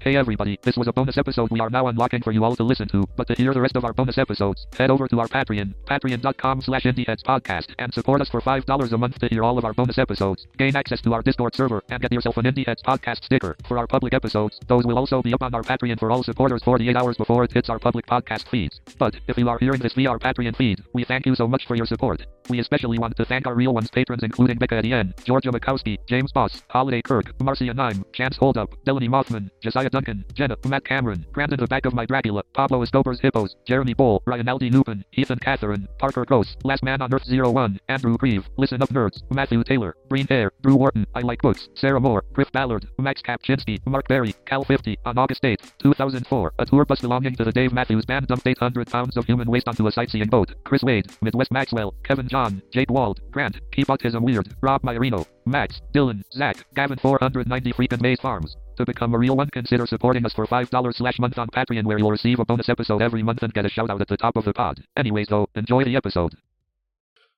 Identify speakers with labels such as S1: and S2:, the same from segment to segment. S1: Hey everybody, this was a bonus episode we are now unlocking for you all to listen to, but to hear the rest of our bonus episodes, head over to our Patreon, patreon.com slash indieheads podcast, and support us for $5 a month to hear all of our bonus episodes, gain access to our Discord server, and get yourself an Indie Heads podcast sticker for our public episodes. Those will also be up on our Patreon for all supporters 48 hours before it hits our public podcast feeds. But if you are hearing this via our Patreon feed, we thank you so much for your support. We especially want to thank our real ones patrons including Becca Etienne, Georgia Mikowski, James Boss, Holiday Kirk, Marcia Nime, Chance Holdup, Delaney Mothman, Josiah Duncan, Jenna, Matt Cameron, Brandon the Back of My Dracula, Pablo Escobar's Hippos, Jeremy Bull, Ryanaldi Lupin, Ethan Catherine, Parker Gross, Last Man on Earth 01, Andrew Grieve, Listen Up Nerds, Matthew Taylor, Breen Hare, Drew Wharton, I Like Books, Sarah Moore, Griff Ballard, Max Kapczynski, Mark Berry, Cal 50, on August 8, 2004, a tour bus belonging to the Dave Matthews Band dumped 800 pounds of human waste onto a sightseeing boat, Chris Wade, Midwest Maxwell, Kevin John, Jake Wald, Grant, Keep Autism Weird, Rob Myrino, Max, Dylan, Zach, Gavin 490 Freakin' Maze Farms. To become a real one, consider supporting us for $5 slash month on Patreon where you'll receive a bonus episode every month and get a shout out at the top of the pod. Anyways though, enjoy the episode.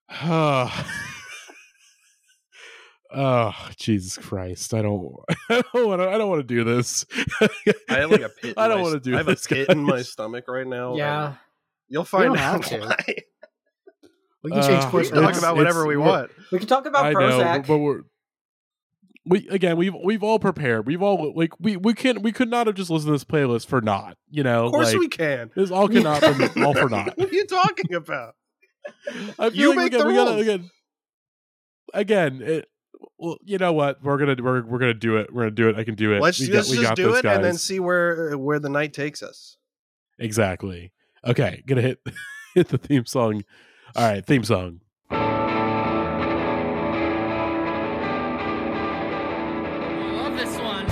S2: oh, Jesus Christ! I don't. I don't want to. I don't want to do this.
S3: I have like a pit. In
S2: I don't
S3: my-
S2: wanna do
S3: I have
S2: this,
S3: a pit in my
S2: guys.
S3: stomach right now.
S4: Yeah,
S3: and you'll find
S4: don't
S3: out.
S4: have to.
S3: why.
S4: we can change
S2: Uh,
S3: we
S4: course.
S3: can talk
S2: It's-
S3: about whatever
S2: it's-
S3: we want.
S4: We can talk about
S2: I know,
S4: Prozac.
S2: but we're we again. We've we've all prepared. We've all like we we can we could not have just listened to this playlist for not. You know,
S3: Of course
S2: like,
S3: we can.
S2: This all cannot be all for not.
S3: what are you talking about?
S2: I feel
S3: You
S2: we
S3: make
S2: got-
S3: the
S2: we gotta-
S3: rules.
S2: Again, again it, well, you know what? We're gonna we're, we're gonna do it. We're gonna do it. I can do it.
S3: Let's
S2: We got-
S3: let's
S2: we
S3: just
S2: got
S3: do
S2: this,
S3: it and then
S2: guys.
S3: see where where the night takes us.
S2: Exactly. Okay, gonna hit hit the theme song. All right, theme song.
S5: Love this one.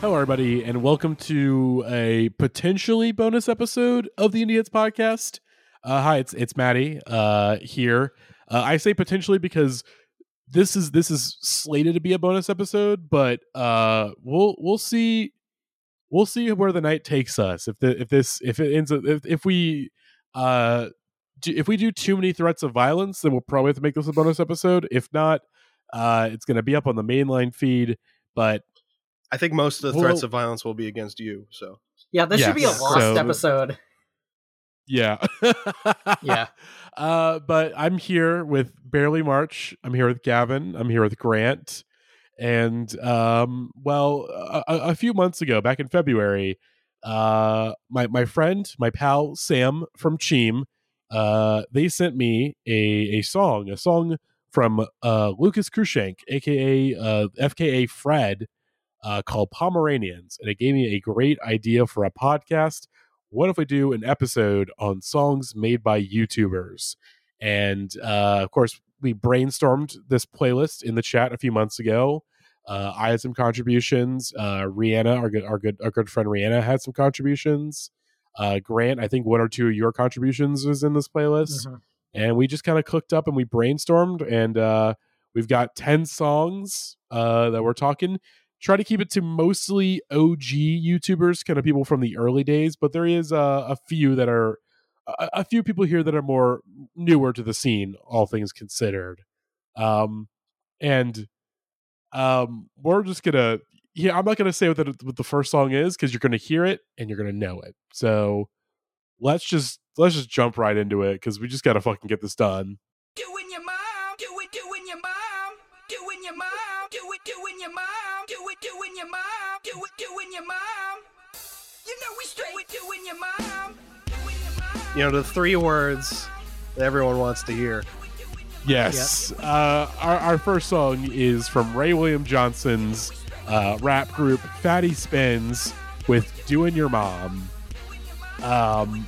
S2: Hello, everybody, and welcome to a potentially bonus episode of the Indians podcast. Uh, hi, it's it's Maddie uh, here. Uh, I say potentially because this is this is slated to be a bonus episode, but uh, we'll we'll see we'll see where the night takes us. If the if this if it ends up if, if we uh, do, if we do too many threats of violence, then we'll probably have to make this a bonus episode. If not, uh, it's going to be up on the mainline feed. But
S3: I think most of the
S2: Well-
S3: threats of violence will be against you. So
S4: yeah, this
S2: Yeah,
S4: should be a
S3: so-
S4: lost episode.
S2: Yeah.
S4: Yeah.
S2: Uh, but I'm here with Barely March. I'm here with Gavin. I'm here with Grant. And um, well, a, a a few months ago, back in February, uh, my my friend, my pal Sam from Cheem, uh, they sent me a a song, a song from uh, Lucas Krushank, aka uh, FKA Fred, uh, called Pomeranians, and it gave me a great idea for a podcast. What if we do an episode on songs made by YouTubers? And uh, of course, we brainstormed this playlist in the chat a few months ago. Uh, I had some contributions. Uh, Rihanna, our good, our good, our good friend Rihanna, had some contributions. Uh, Grant, I think one or two of your contributions was in this playlist
S4: Mhm.
S2: and we just kind of cooked up and we brainstormed and uh we've got 10 songs uh that we're talking try to keep it to mostly og youtubers kind of people from the early days but there is uh, a few that are a, a few people here that are more newer to the scene all things considered um and um we're just gonna yeah i'm not gonna say what the, what the first song is because you're gonna hear it and you're gonna know it so let's just let's just jump right into it because we just gotta fucking get this done.
S5: Doing your mom, do it, doing your mom, doing your mom, do it, doing your mom, do it, doing your mom, do it, doing your mom. You know we straight with doing your mom. doing your mom.
S3: you know the three words that everyone wants to hear.
S2: Yes, uh, our our first song is from Ray William Johnson's uh, rap group Fatty Spins with "Doing Your Mom." Um,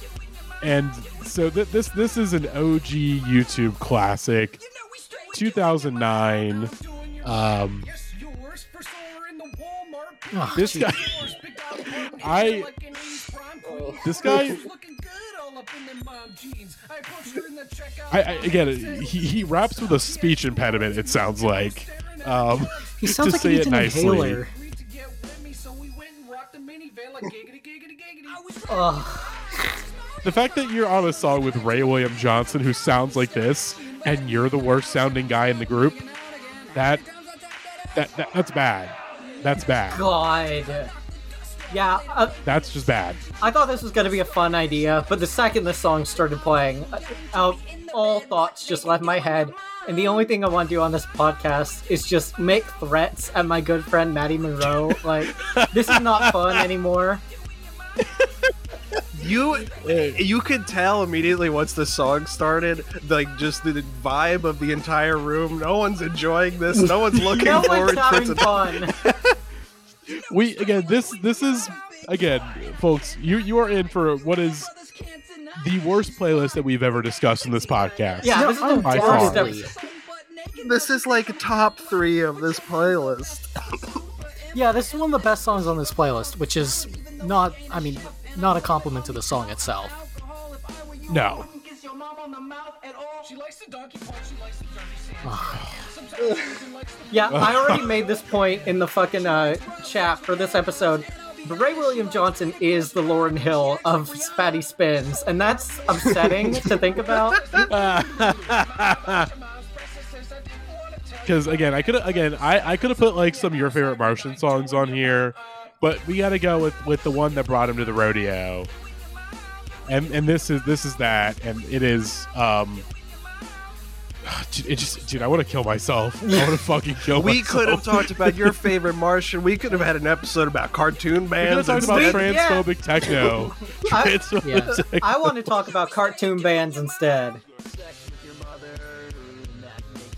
S2: and so th- this this is an OG YouTube classic,
S5: You know we straight with doing your mom.
S2: 2009. Um,
S5: Yes, yours for sore in the Walmart.
S4: Oh,
S2: this
S4: jeez.
S2: guy.
S5: Yours, big dog, big
S2: I- Oh.
S5: like an East Prime queen.
S2: This guy-
S5: She's looking good all up in them mom jeans. I approached her in the checkout
S2: I, I, again, he, he raps with a speech impediment. It sounds like um,
S4: He sounds
S2: to
S4: like he
S2: say it
S4: needs an
S2: nicely.
S4: inhaler.
S5: agreed to get with me, so we went and rocked the minivan like giggity giggity giggity. Oh, I was
S4: Ugh.
S2: The fact that you're on a song with Ray William Johnson, who sounds like this, and you're the worst sounding guy in the group, that that, that that's bad. That's bad.
S4: God. Yeah, uh,
S2: That's just bad.
S4: I thought this was going to be a fun idea, but the second this song started playing, uh, uh, all thoughts just left my head. And the only thing I want to do on this podcast is just make threats at my good friend Maddie Monroe. Like, this is not fun anymore.
S3: You you could tell immediately once the song started, like just the vibe of the entire room. No one's enjoying this. No one's looking
S4: No
S3: forward
S4: one's having
S3: to it.
S4: fun.
S2: We again this this is again, folks, you you are in for what is the worst playlist that we've ever discussed in this podcast.
S4: Yeah, this is the
S2: by
S4: worst
S2: far.
S4: episode.
S3: This is like top three of this playlist.
S6: Yeah,
S7: Yeah, this is one of the best songs on this playlist, which is not, I mean, not a compliment to the song itself.
S2: No.
S8: Ah.
S4: Yeah, I already made this point in the fucking uh, chat for this episode. But Ray William Johnson is the Lauren Hill of Spatty Spins, and that's upsetting to think about.
S2: Because again, I could again I I could have put like some of your favorite Martian songs on here, but we got to go with with the one that brought him to the rodeo. And and this is this is that, and it is um. dude, It just, dude, I want to kill myself. I want to fucking kill
S3: We
S2: myself.
S3: could have talked about your favorite Martian. We could have had an episode about cartoon
S2: We could
S3: bands.
S2: have talked about
S4: We-
S3: instead.
S4: yeah.
S2: transphobic techno.
S4: I,
S2: Transphobic
S4: yeah.
S2: techno.
S4: I want to talk about cartoon bands instead.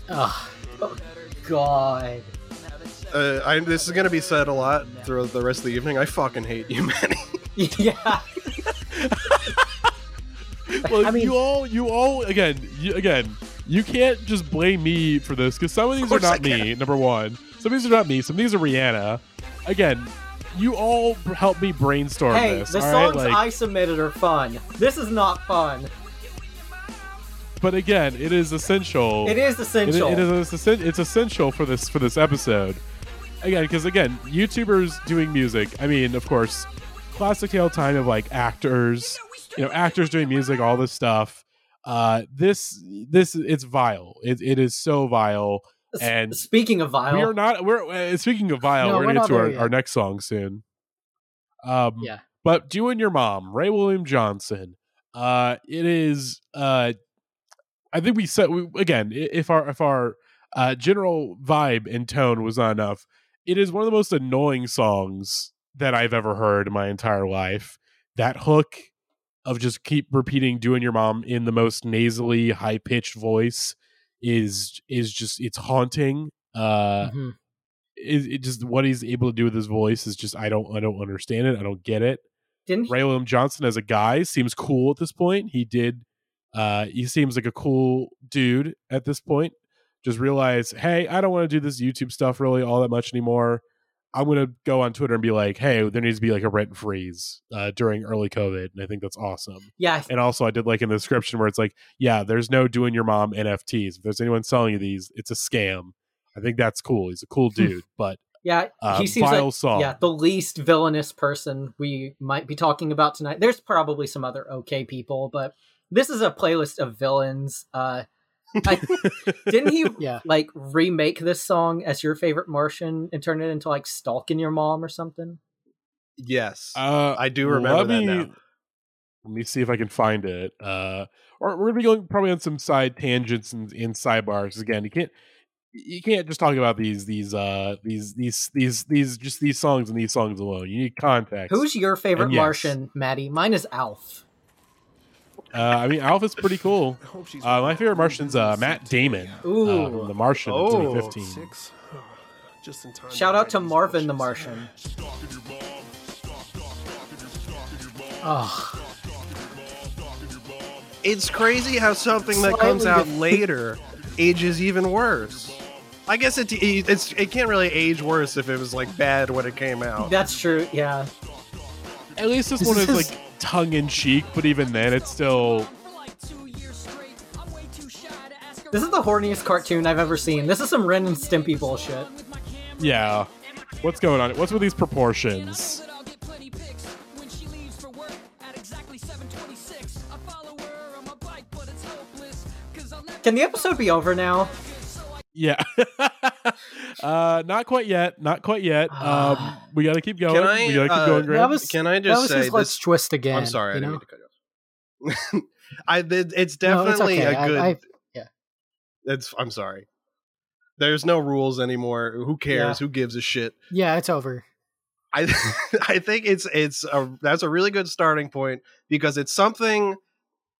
S7: Ugh.
S4: Oh, God.
S3: uh, I, this is going to be said a lot throughout the rest of the evening. I fucking hate you, Manny.
S4: Yeah.
S2: Well,
S4: I mean-
S2: you all, you all, again, you, again, you can't just blame me for this because some of these are
S3: course I
S2: not me. Number one, some of these are not me. Some of these are Rihanna. Again, you all b- helped me brainstorm
S4: Hey,
S2: this.
S4: the
S2: all right?
S4: songs
S2: Like,
S4: I submitted are fun. This is not fun.
S2: but again, it is essential.
S4: It is
S2: It-
S4: essential.
S2: it is essen- it's essential for this for this episode. Again, because again, YouTubers doing music. I mean, of course, classic tale time of like actors, you know, actors doing music, all this stuff. Uh, this this it's vile. It, it is so vile.
S4: S-
S2: And
S4: Speaking of
S2: we are
S4: vile,
S2: not. We're uh, speaking of vile.
S7: No,
S2: we're
S7: we're
S2: gonna get
S7: not
S2: to
S7: there
S2: our,
S7: yet.
S2: our next song soon. Um,
S7: Yeah.
S2: But "Do and Your Mom, Ray William Johnson. Uh, it is. Uh, I think we said we, again. i- If our if our uh, general vibe and tone was uh, not enough, it is one of the most annoying songs that I've ever heard in my entire life. That hook of just keep repeating "doing your mom" in the most nasally, high pitched voice is is just it's haunting. Uh,
S4: Mm-hmm.
S7: Mhm.
S2: is it just what he's able to do with his voice is just I don't I don't understand it. I don't get it.
S4: didn't he?
S2: Ray William Johnson as a guy seems cool at this point. He did uh he seems like a cool dude at this point. Just realize, hey, I don't want to do this YouTube stuff really all that much anymore. I'm gonna go on Twitter and be like, hey, there needs to be like a rent freeze uh, during early COVID, and I think that's awesome.
S4: Yeah,
S2: And also, I did like in the description where it's like, yeah, there's no doing your mom NFTs. If there's anyone selling you these, it's a scam. I think that's cool. He's a cool dude, but
S4: yeah.
S2: uh,
S4: Hmm. he seems
S2: vile
S4: like
S2: song.
S4: yeah the least villainous person we might be talking about tonight. There's probably some other okay people, but this is a playlist of villains. Uh, I, didn't he
S7: Yeah.
S4: like remake this song as your favorite Martian and turn it into like stalking your mom or something?
S3: Yes.
S2: Uh,
S3: I do remember that
S2: let me,
S3: now.
S2: Let me see if I can find it. Uh, or we're gonna be going probably on some side tangents and, and sidebars again. You can't you can't just talk about these these uh these these these these just these songs and these songs alone. You need context.
S4: Who's your favorite
S2: And yes.
S4: Martian, Maddie? Mine is Alf.
S2: uh, I mean, Alpha's pretty cool. Uh, my favorite Martian's uh, Matt Damon uh,
S4: Ooh.
S2: from The Martian,
S3: Oh.
S2: 2015.
S9: Just in time.
S4: Shout out to Marvin the Martian.
S7: Ugh.
S3: It's crazy how something that
S4: Slightly
S3: comes out
S4: different.
S3: later ages even worse. I guess it it's it can't really age worse if it was like bad when it came out.
S4: That's true. Yeah.
S2: At least this,
S7: This
S2: one is,
S7: is-
S2: like tongue in cheek, but even then, it's still
S4: This is the horniest cartoon I've ever seen. This is some Ren and Stimpy bullshit.
S2: yeah. What's going on? What's with these proportions?
S4: Can the episode be over now?
S2: Yeah. Uh, not quite yet. Not quite yet. Um, we gotta keep going.
S3: Can I,
S2: we gotta keep
S3: uh,
S2: going,
S7: That
S2: Graham.
S7: was
S3: Can I
S7: that
S3: just
S7: was
S3: say
S7: his
S3: this?
S7: let's twist again.
S3: I'm sorry, I
S7: you
S3: didn't
S7: know?
S3: mean to cut you off. I did, it's
S7: No, it's
S3: definitely
S7: okay.
S3: a
S7: I-
S3: good.
S7: I-
S3: it's I'm sorry. There's no rules anymore. Who cares? Who gives a shit?
S7: yeah, it's over.
S3: I I think it's it's a that's a really good starting point because it's something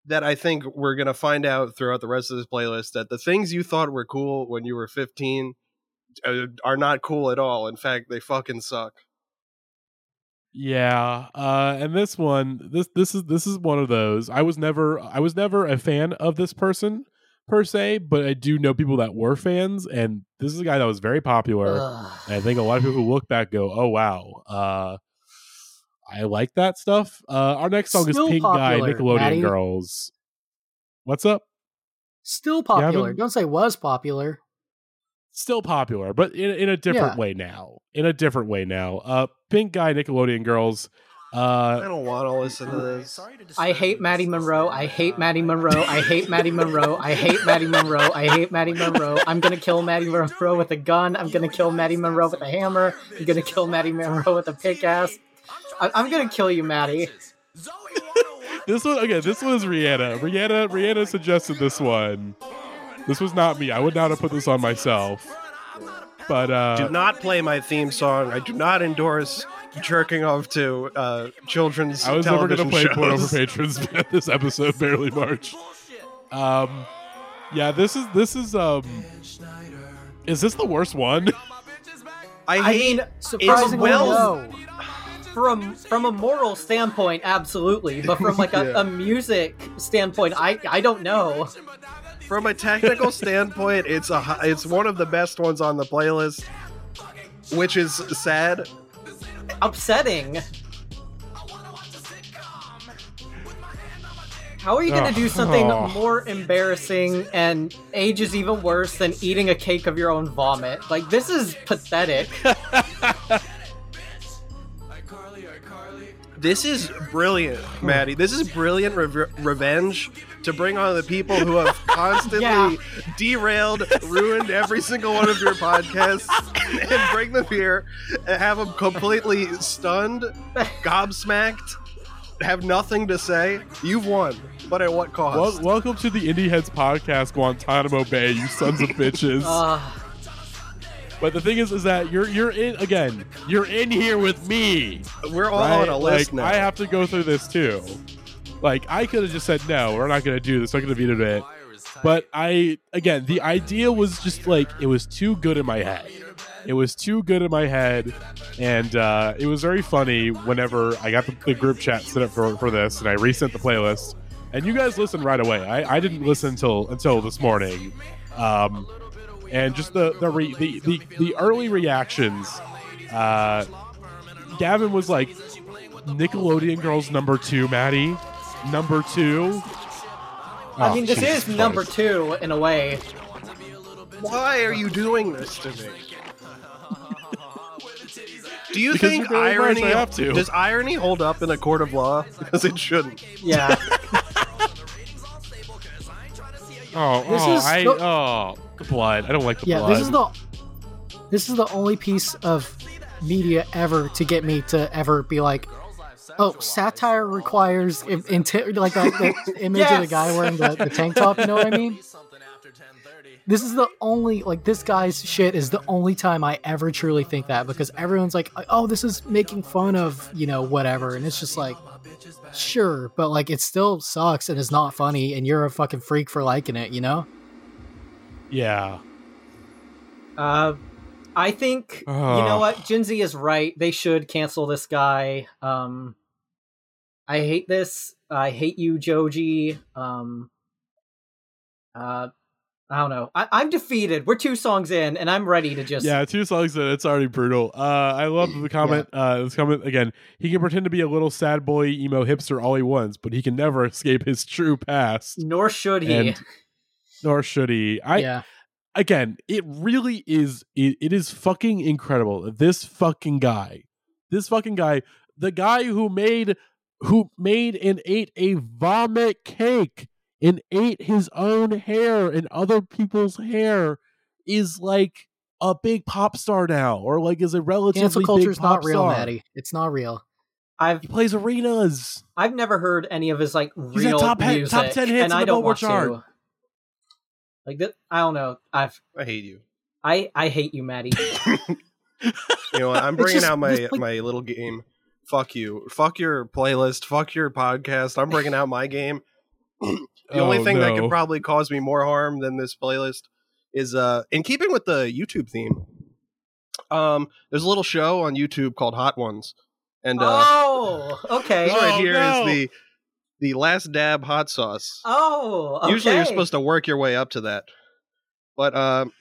S3: that I think we're gonna find out throughout the rest of this playlist that the things you thought were cool when you were 15 uh, are not cool at all. In fact, they fucking suck.
S2: Yeah, uh, and this one, this this is this is one of those. I was never I was never a fan of this person per se, but I do know people that were fans, and this is a guy that was very popular.
S7: Ugh.
S2: And I think a lot of people who look back go, "Oh wow, uh, I like that stuff." Uh, our next song
S7: Still
S2: is Pink Guy,
S7: popular,
S2: Nickelodeon
S7: Maddie.
S2: Girls. What's up?
S7: Still
S2: You haven't-
S7: popular. Don't say was popular.
S2: Still popular, but in in a different
S7: Yeah.
S2: way now. In a different way now. Uh, Pink Guy, Nickelodeon Girls.
S3: I
S2: Uh,
S3: don't want to listen to this.
S4: I hate Maddie Monroe. I hate Maddie Monroe. I hate Maddie Monroe. I hate Maddie Monroe. I hate Maddie Monroe. I'm gonna kill Maddie Monroe with a gun. I'm gonna kill Maddie Monroe with a hammer. I'm gonna kill Maddie Monroe with a pickaxe. I- I'm gonna kill you, Maddie.
S2: this one okay this was rihanna rihanna rihanna suggested this one this was not me i would not have put this on myself but
S3: Do
S2: uh
S3: not play my theme song. I do not endorse jerking off to uh, children's
S2: i was never gonna
S3: television
S2: play
S3: shows.
S2: porno for patrons but this episode barely march um yeah this is this is um is this the worst one
S3: I
S4: I
S3: hate.
S4: mean,
S3: it's
S4: surprisingly,
S3: well.
S4: no. From from a moral standpoint, absolutely, but from like a, a music standpoint, I I don't know.
S3: From a technical standpoint, it's a hi- it's one of the best ones on the playlist, which is sad.
S4: upsetting. How are you going to do something
S2: Oh.
S4: more embarrassing and ages even worse than eating a cake of your own vomit? Like, this is pathetic. Uh,
S3: This is brilliant, Maddie. This is brilliant rev- revenge to bring on the people who have constantly
S4: Yeah.
S3: derailed, ruined every single one of your podcasts, and bring them here and have them completely stunned, gobsmacked, have nothing to say. You've won, but at what cost?
S2: well, welcome to the indie heads podcast guantanamo bay you sons of bitches
S4: Uh,
S2: but the thing is is that you're you're in again you're in here with me
S3: We're all
S2: right?
S3: on a list
S2: like,
S3: now.
S2: I have to go through this too. Like I could have just said no, we're not going to do this. I'm going to vetoed it. But I again, the idea was just like it was too good in my head. It was too good in my head, and uh, it was very funny. Whenever I got the, the group chat set up for, for this, and I resent the playlist, and you guys listened right away. I, I didn't listen until until this morning, um, and just the the, re, the the the early reactions. Uh, Gavin was like, Nickelodeon Girls number two, Maddie. Number two.
S4: I
S2: Oh,
S4: mean, this
S2: Jesus
S4: is number
S2: Christ.
S4: two in a way.
S3: Why are you doing this to me? Do you
S2: Because
S3: think
S2: you're very nice,
S3: irony
S2: I have to.
S3: does irony hold up in a court of law? Because it shouldn't.
S4: Yeah.
S2: Oh,
S7: This
S2: oh,
S7: is
S2: I,
S7: the-
S2: oh, the blood. I don't like the
S7: Yeah,
S2: blood.
S7: this is the this is the only piece of media ever to get me to ever be like, oh, satire requires in, inte- like that, that image of the
S4: Yes.
S7: guy wearing the, the tank top. You know what I mean? This is the only like this guy's shit is the only time I ever truly think that because everyone's like, oh, this is making fun of you know whatever, and it's just like. Sure, but like it still sucks and it's not funny, and you're a fucking freak for liking it, you know?
S2: yeah.
S4: Uh, I think, you know
S2: Ugh.
S4: what? Gen Z is right. They should cancel this guy. Um, I hate this. I hate you, Joji. Um, uh, I don't know. I- I'm defeated. We're two songs in, and I'm ready to just.
S2: Yeah, two songs in. It's already brutal. Uh, I love the comment. Uh, this comment again. He can pretend to be a little sad boy, emo hipster all he wants, but he can never escape his true past,
S4: Nor should he.
S2: and nor should he. I
S7: yeah.
S2: again, it really is. It, it is fucking incredible. that This fucking guy, this fucking guy, the guy who made who made and ate a vomit cake and ate his own hair and other people's hair is like a big pop star now, or like is a relatively
S7: Cancel culture's
S2: big pop
S7: not real,
S2: star.
S7: Maddie. It's not real.
S4: I've
S2: He plays arenas.
S4: I've never heard any of his like
S2: He's at
S4: real
S2: top he-
S4: music,
S2: top 10 hits in
S4: and I
S2: the
S4: don't
S2: Billboard
S4: want
S2: chart.
S4: to. Like that, I don't know. I've
S3: I hate you.
S4: I I hate you, Maddie.
S3: You know what? I'm bringing
S7: just-
S3: out my
S7: just like-
S3: my little game. Fuck you. Fuck your playlist. Fuck your podcast. I'm bringing out my game. The only
S2: Oh,
S3: thing that
S2: no.
S3: could probably cause me more harm than this playlist is uh in keeping with the YouTube theme. Um there's a little show on YouTube called Hot Ones. And uh
S4: oh,
S3: this
S4: okay.
S2: Oh,
S3: right here is
S2: no.
S3: the the last dab hot sauce.
S4: Oh, okay.
S3: Usually you're supposed to work your way up to that. But um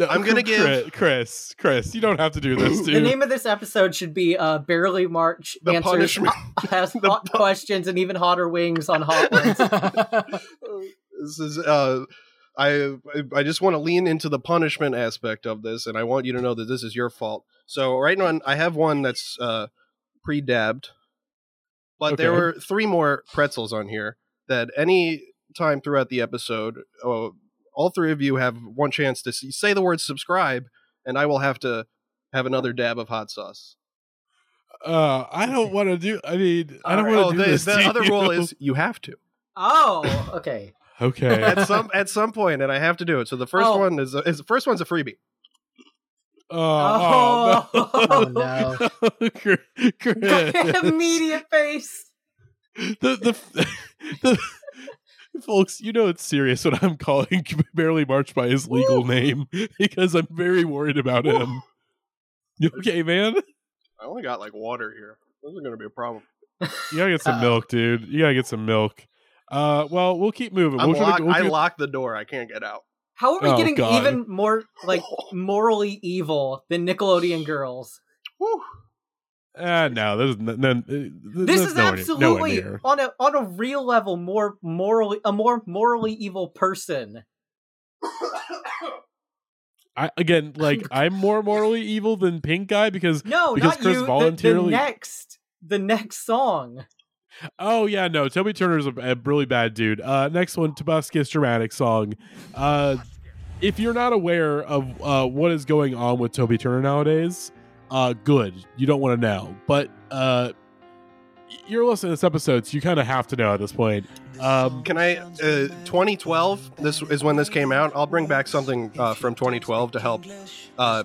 S2: No,
S3: I'm gonna give-
S2: Chris, Chris. Chris, you don't have to do this,
S4: The
S2: dude.
S4: name of this episode should be uh, "Barely March
S3: the
S4: Answers
S3: punishment
S4: Has
S3: The
S4: Hot Questions and Even Hotter Wings on Hot Ones."
S3: this is uh I I just want to lean into the punishment aspect of this and I want you to know that this is your fault. So right now I have one that's uh pre-dabbed. But there
S2: Okay.
S3: were three more pretzels on here that any time throughout the episode uh, all three of you have one chance to see, say the word subscribe and I will have to have another dab of hot sauce.
S2: uh, I don't want to do. I mean, I don't
S3: All right.
S2: want
S3: Oh,
S2: to do
S3: the,
S2: this.
S3: the
S2: to
S3: other
S2: you.
S3: rule is you have to.
S4: Oh, okay.
S2: okay.
S3: At some at some point and I have to do it. So the first
S4: Oh.
S3: one is, is the first one's a freebie.
S2: Oh, oh,
S7: Oh
S2: no.
S7: no.
S2: Chris,
S4: Immediate face.
S2: the the, the folks, you know it's serious when I'm calling Barely March by his legal name because I'm very worried about him. You okay, man?
S3: I only got like water here. This is gonna be a problem.
S2: You gotta get some
S7: Uh-oh.
S2: milk, dude. You gotta get some milk. Uh, well, we'll keep moving.
S3: I'm
S2: We'll try
S3: lock-
S2: to- we'll
S3: I
S2: do-
S3: locked the door. I can't get out.
S4: How are we
S2: Oh,
S4: getting
S2: God.
S4: even more like morally evil than Nickelodeon girls?
S3: Whew.
S2: Ah, no, there's n- none.
S4: This
S2: there's
S4: is
S2: nowhere near- nowhere
S4: absolutely
S2: near.
S4: on a on a real level more morally a more morally evil person.
S2: I, again, like I'm more morally evil than Pink Guy because
S4: No,
S2: Because
S4: not
S2: Chris
S4: you. the-
S2: voluntarily-
S4: the, next the next song.
S2: Oh yeah, no. Toby Turner's a, a really bad dude. Uh, next one, Tabasco's dramatic song. Uh, if you're not aware of uh, what is going on with Toby Turner nowadays, uh, good. You don't want to know, but uh, y- you're listening to this episode, so you kind of have to know at this point. Um,
S3: Can I? Uh, 2012. This is when this came out. I'll bring back something uh, from 2012 to help uh,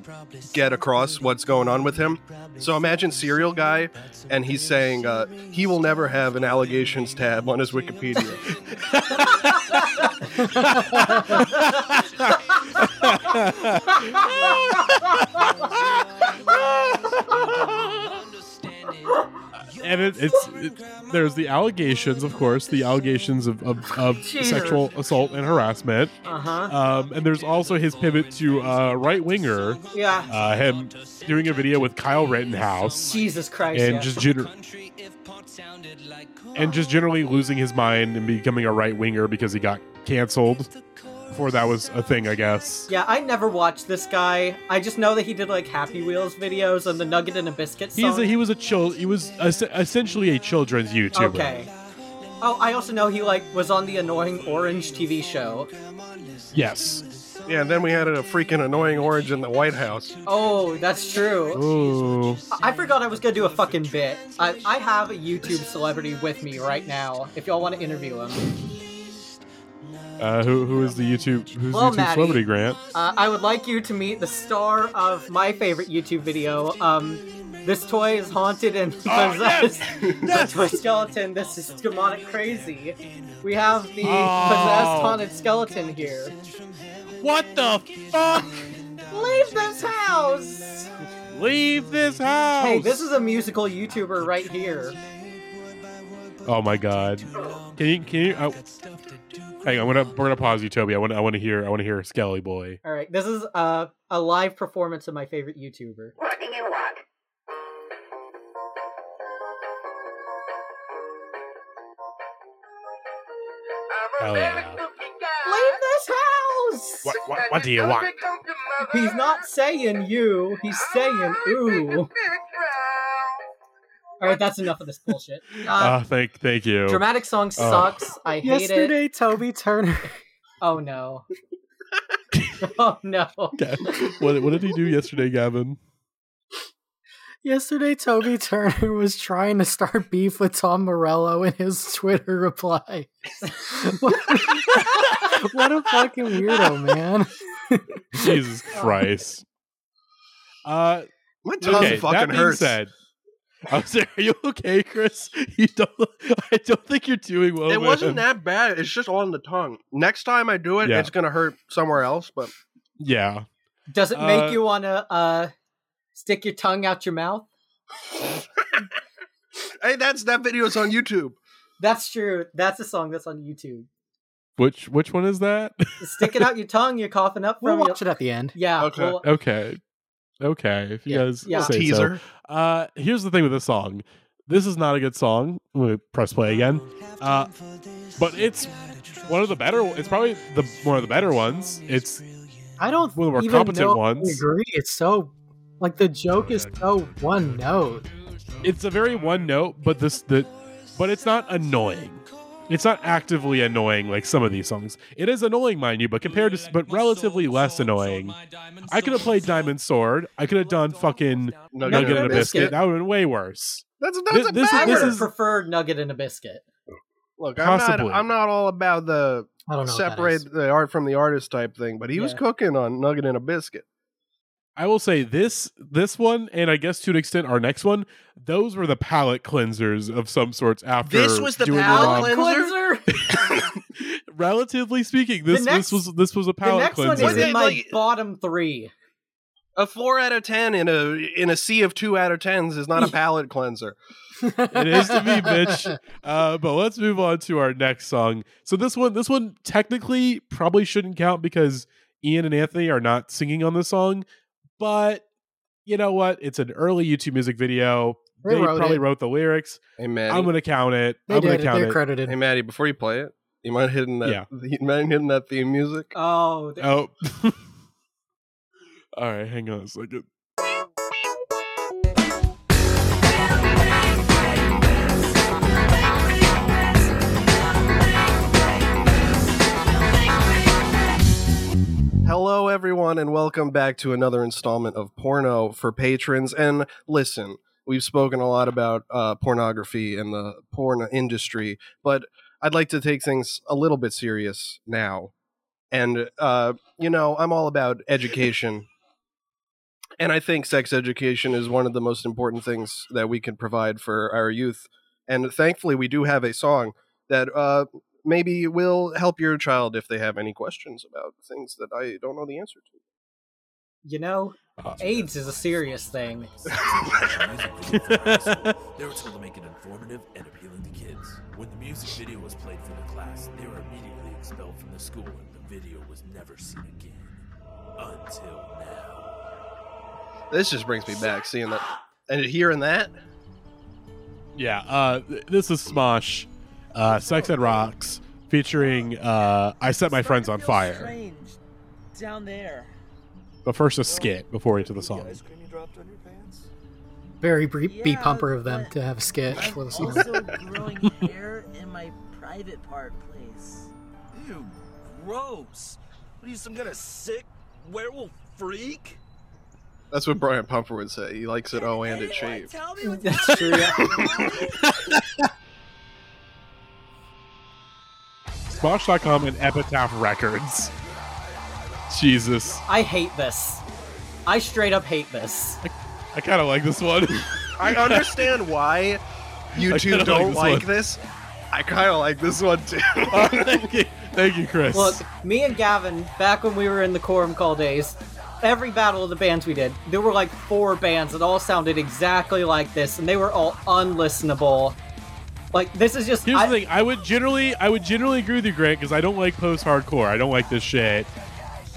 S3: get across what's going on with him. So imagine Serial Guy, and he's saying uh, he will never have an allegations tab on his Wikipedia.
S2: and it, it's it, there's the allegations, of course, the allegations of, of, of
S4: Jesus.
S2: sexual assault and harassment.
S4: Uh huh.
S2: Um, and there's also his pivot to uh, right winger,
S4: Yeah.
S2: uh, him doing a video with Kyle Rittenhouse,
S4: Jesus Christ.
S2: and
S4: yeah.
S2: just gener- and just generally losing his mind and becoming a right winger because he got canceled. Before that was a thing, I guess.
S4: yeah, I never watched this guy. I just know that he did like Happy Wheels videos and the Nugget and a Biscuit song.
S2: He's a, he was a child. He was es- essentially a children's YouTuber.
S4: Okay. Oh, I also know he like was on the annoying Orange TV show.
S2: Yes.
S3: yeah, and then we had a freaking annoying orange in the White House.
S4: Oh, that's true.
S2: Ooh.
S4: I I forgot I was gonna do a fucking bit. I, I have a YouTube celebrity with me right now. If y'all want to interview him,
S2: Uh, who who is the YouTube who's
S4: Well,
S2: the YouTube
S4: Maddie.
S2: celebrity Grant?
S4: uh, I would like you to meet the star of my favorite YouTube video. Um, this toy is haunted and
S2: Oh,
S4: possessed. That's my skeleton. This is demonic crazy. We have the
S2: Oh.
S4: possessed haunted skeleton here.
S2: What the fuck?
S4: Leave this house.
S2: Leave this house.
S4: Hey, this is a musical YouTuber right here.
S2: Oh my god. Can you can you oh. Hang on, I'm gonna we're gonna pause you, Toby. I wanna I wanna hear I wanna hear Skelly Boy.
S4: All right, this is uh, a live performance of my favorite YouTuber.
S6: What do you want?
S2: Hell yeah.
S4: Leave this house!
S2: What what, what do you want?
S4: Uh, He's not saying you, he's saying ooh. Alright, that's enough of this bullshit. Uh,
S2: Ah, thank thank you.
S4: dramatic song
S7: uh,
S4: sucks. I hate it.
S7: Yesterday, Toby Turner.
S4: Oh no. Oh no.
S2: Ga- what, what did he do yesterday, Gavin?
S7: Yesterday, Toby Turner was trying to start beef with Tom Morello in his Twitter reply. what, what a fucking weirdo, man.
S2: Jesus Christ. Uh,
S3: My tongue
S2: okay, that
S3: fucking
S2: being
S3: hurts.
S2: said, I'm sorry, are you okay, Chris? You don't. I don't think you're doing well.
S3: it wasn't
S2: man.
S3: that bad. It's just on the tongue. Next time I do it,
S2: Yeah.
S3: it's gonna hurt somewhere else. But
S2: Yeah.
S4: Does it make
S2: Uh,
S4: you wanna uh stick your tongue out your mouth?
S3: hey, that's that video's on YouTube.
S4: That's true. That's a song that's on YouTube.
S2: Which which one is that?
S4: Sticking out your tongue, you're coughing up
S7: We'll
S4: from
S7: watch
S4: your-
S7: it at the end.
S4: Yeah.
S3: Okay.
S4: well,
S2: okay. Okay. If you
S7: Yeah,
S2: guys
S4: yeah.
S2: say so. Uh, here's the thing with this song. This is not a good song. I'm gonna press play again. Uh, but it's one of the better. It's probably the one of the better ones. It's
S7: I don't
S2: One of our
S7: even
S2: competent
S7: know if I
S2: ones.
S7: agree. It's so like the joke is so one note.
S2: it's a very one note, but this the, but it's not annoying. It's not actively annoying like some of these songs. It is annoying, mind you, but compared to but relatively less annoying. I could have played Diamond Sword. I could have done fucking
S3: No,
S2: Nugget
S4: Nugget and
S2: and a
S4: a
S2: Biscuit.
S4: Biscuit.
S2: That would have been way worse.
S3: That's
S2: This-
S3: that's a
S2: this is-
S4: I
S3: banger.
S4: would
S2: this
S4: have
S2: is-
S4: preferred nugget and a biscuit.
S3: Look, I'm not,
S2: possibly.
S3: I'm not all about the
S7: I don't know. what that is.
S3: separate the art from the artist type thing, but he was
S4: Yeah.
S3: cooking on Nugget and a Biscuit.
S2: I will say this this one and I guess to an extent our next one, those were the palate cleansers of some sorts after
S3: This was the
S2: doing
S3: palate
S2: Iran- Relatively speaking, this
S4: next-
S2: this was this was a
S4: The
S2: palate
S4: next
S2: cleanser.
S4: one is in my
S3: Like-
S4: bottom three.
S3: A four out of ten in a in a sea of two out of tens is not a palate cleanser.
S2: it is to me, bitch. Uh, but let's move on to our next song. So this one, this one technically probably shouldn't count because Ian and Anthony are not singing on the song. But you know what? It's an early YouTube music video.
S7: They
S2: They,
S7: wrote
S2: probably
S7: it.
S2: wrote the lyrics.
S3: Hey Maddie,
S2: I'm gonna count it.
S7: They
S2: I'm
S7: did.
S2: gonna
S7: it.
S2: count
S7: They're
S2: it.
S7: credited.
S3: hey Maddie, before you play it, you mind hitting that?
S2: Yeah.
S3: You mind hitting that theme music?
S4: Oh,
S7: Uh,
S4: th-
S2: Oh. All right, hang on a second.
S3: Hello, everyone, and welcome back to another installment of Porno for Patrons. And listen, we've spoken a lot about uh, pornography and the porn industry, but I'd like to take things a little bit serious now. And, uh, you know, I'm all about education. and I think sex education is one of the most important things that we can provide for our youth. And thankfully, we do have a song that uh, maybe will help your child if they have any questions about things that I don't know the answer to.
S4: you know,
S7: oh,
S4: AIDS is a serious thing.
S6: They were told to make it informative and appealing to kids. When the music video was played for the class, they were immediately expelled from the school and the video was never seen again. Until now.
S3: This just brings me back seeing that and hearing that.
S2: Yeah, uh, th- this is Smosh, uh, Sex Ed Rocks, featuring uh, I Set My Friends on Fire.
S10: Down there.
S2: But first, a skit before we get to the song.
S9: cream you dropped on your pants?
S7: Very bre- be
S10: Yeah,
S7: pumper of them
S10: but-
S7: to have a skit
S10: I'm
S7: for the song.
S10: also growing hair in my private part place.
S6: Ew, gross. What are you, some kind of sick werewolf freak?
S3: That's what Brian Pumper would say. He likes it oh and it shaved.
S10: Tell me what's
S4: That's true. Yeah.
S2: Smosh.com and Epitaph Records. Jesus,
S4: I hate this. I straight up hate this.
S2: I kind of like this one.
S3: I understand why you
S2: I
S3: two
S2: kinda
S3: don't
S2: like
S3: like this. I kind of like this one too.
S2: thank, you, thank you, Chris.
S4: Look, me and Gavin, back when we were in the Quorum Call days, every battle of the bands we did, there were like four bands that all sounded exactly like this, and they were all unlistenable. Like this is just
S2: Here's
S4: I,
S2: the thing: I would generally, I would generally agree with you, Grant, because I don't like post-hardcore. I don't like this shit.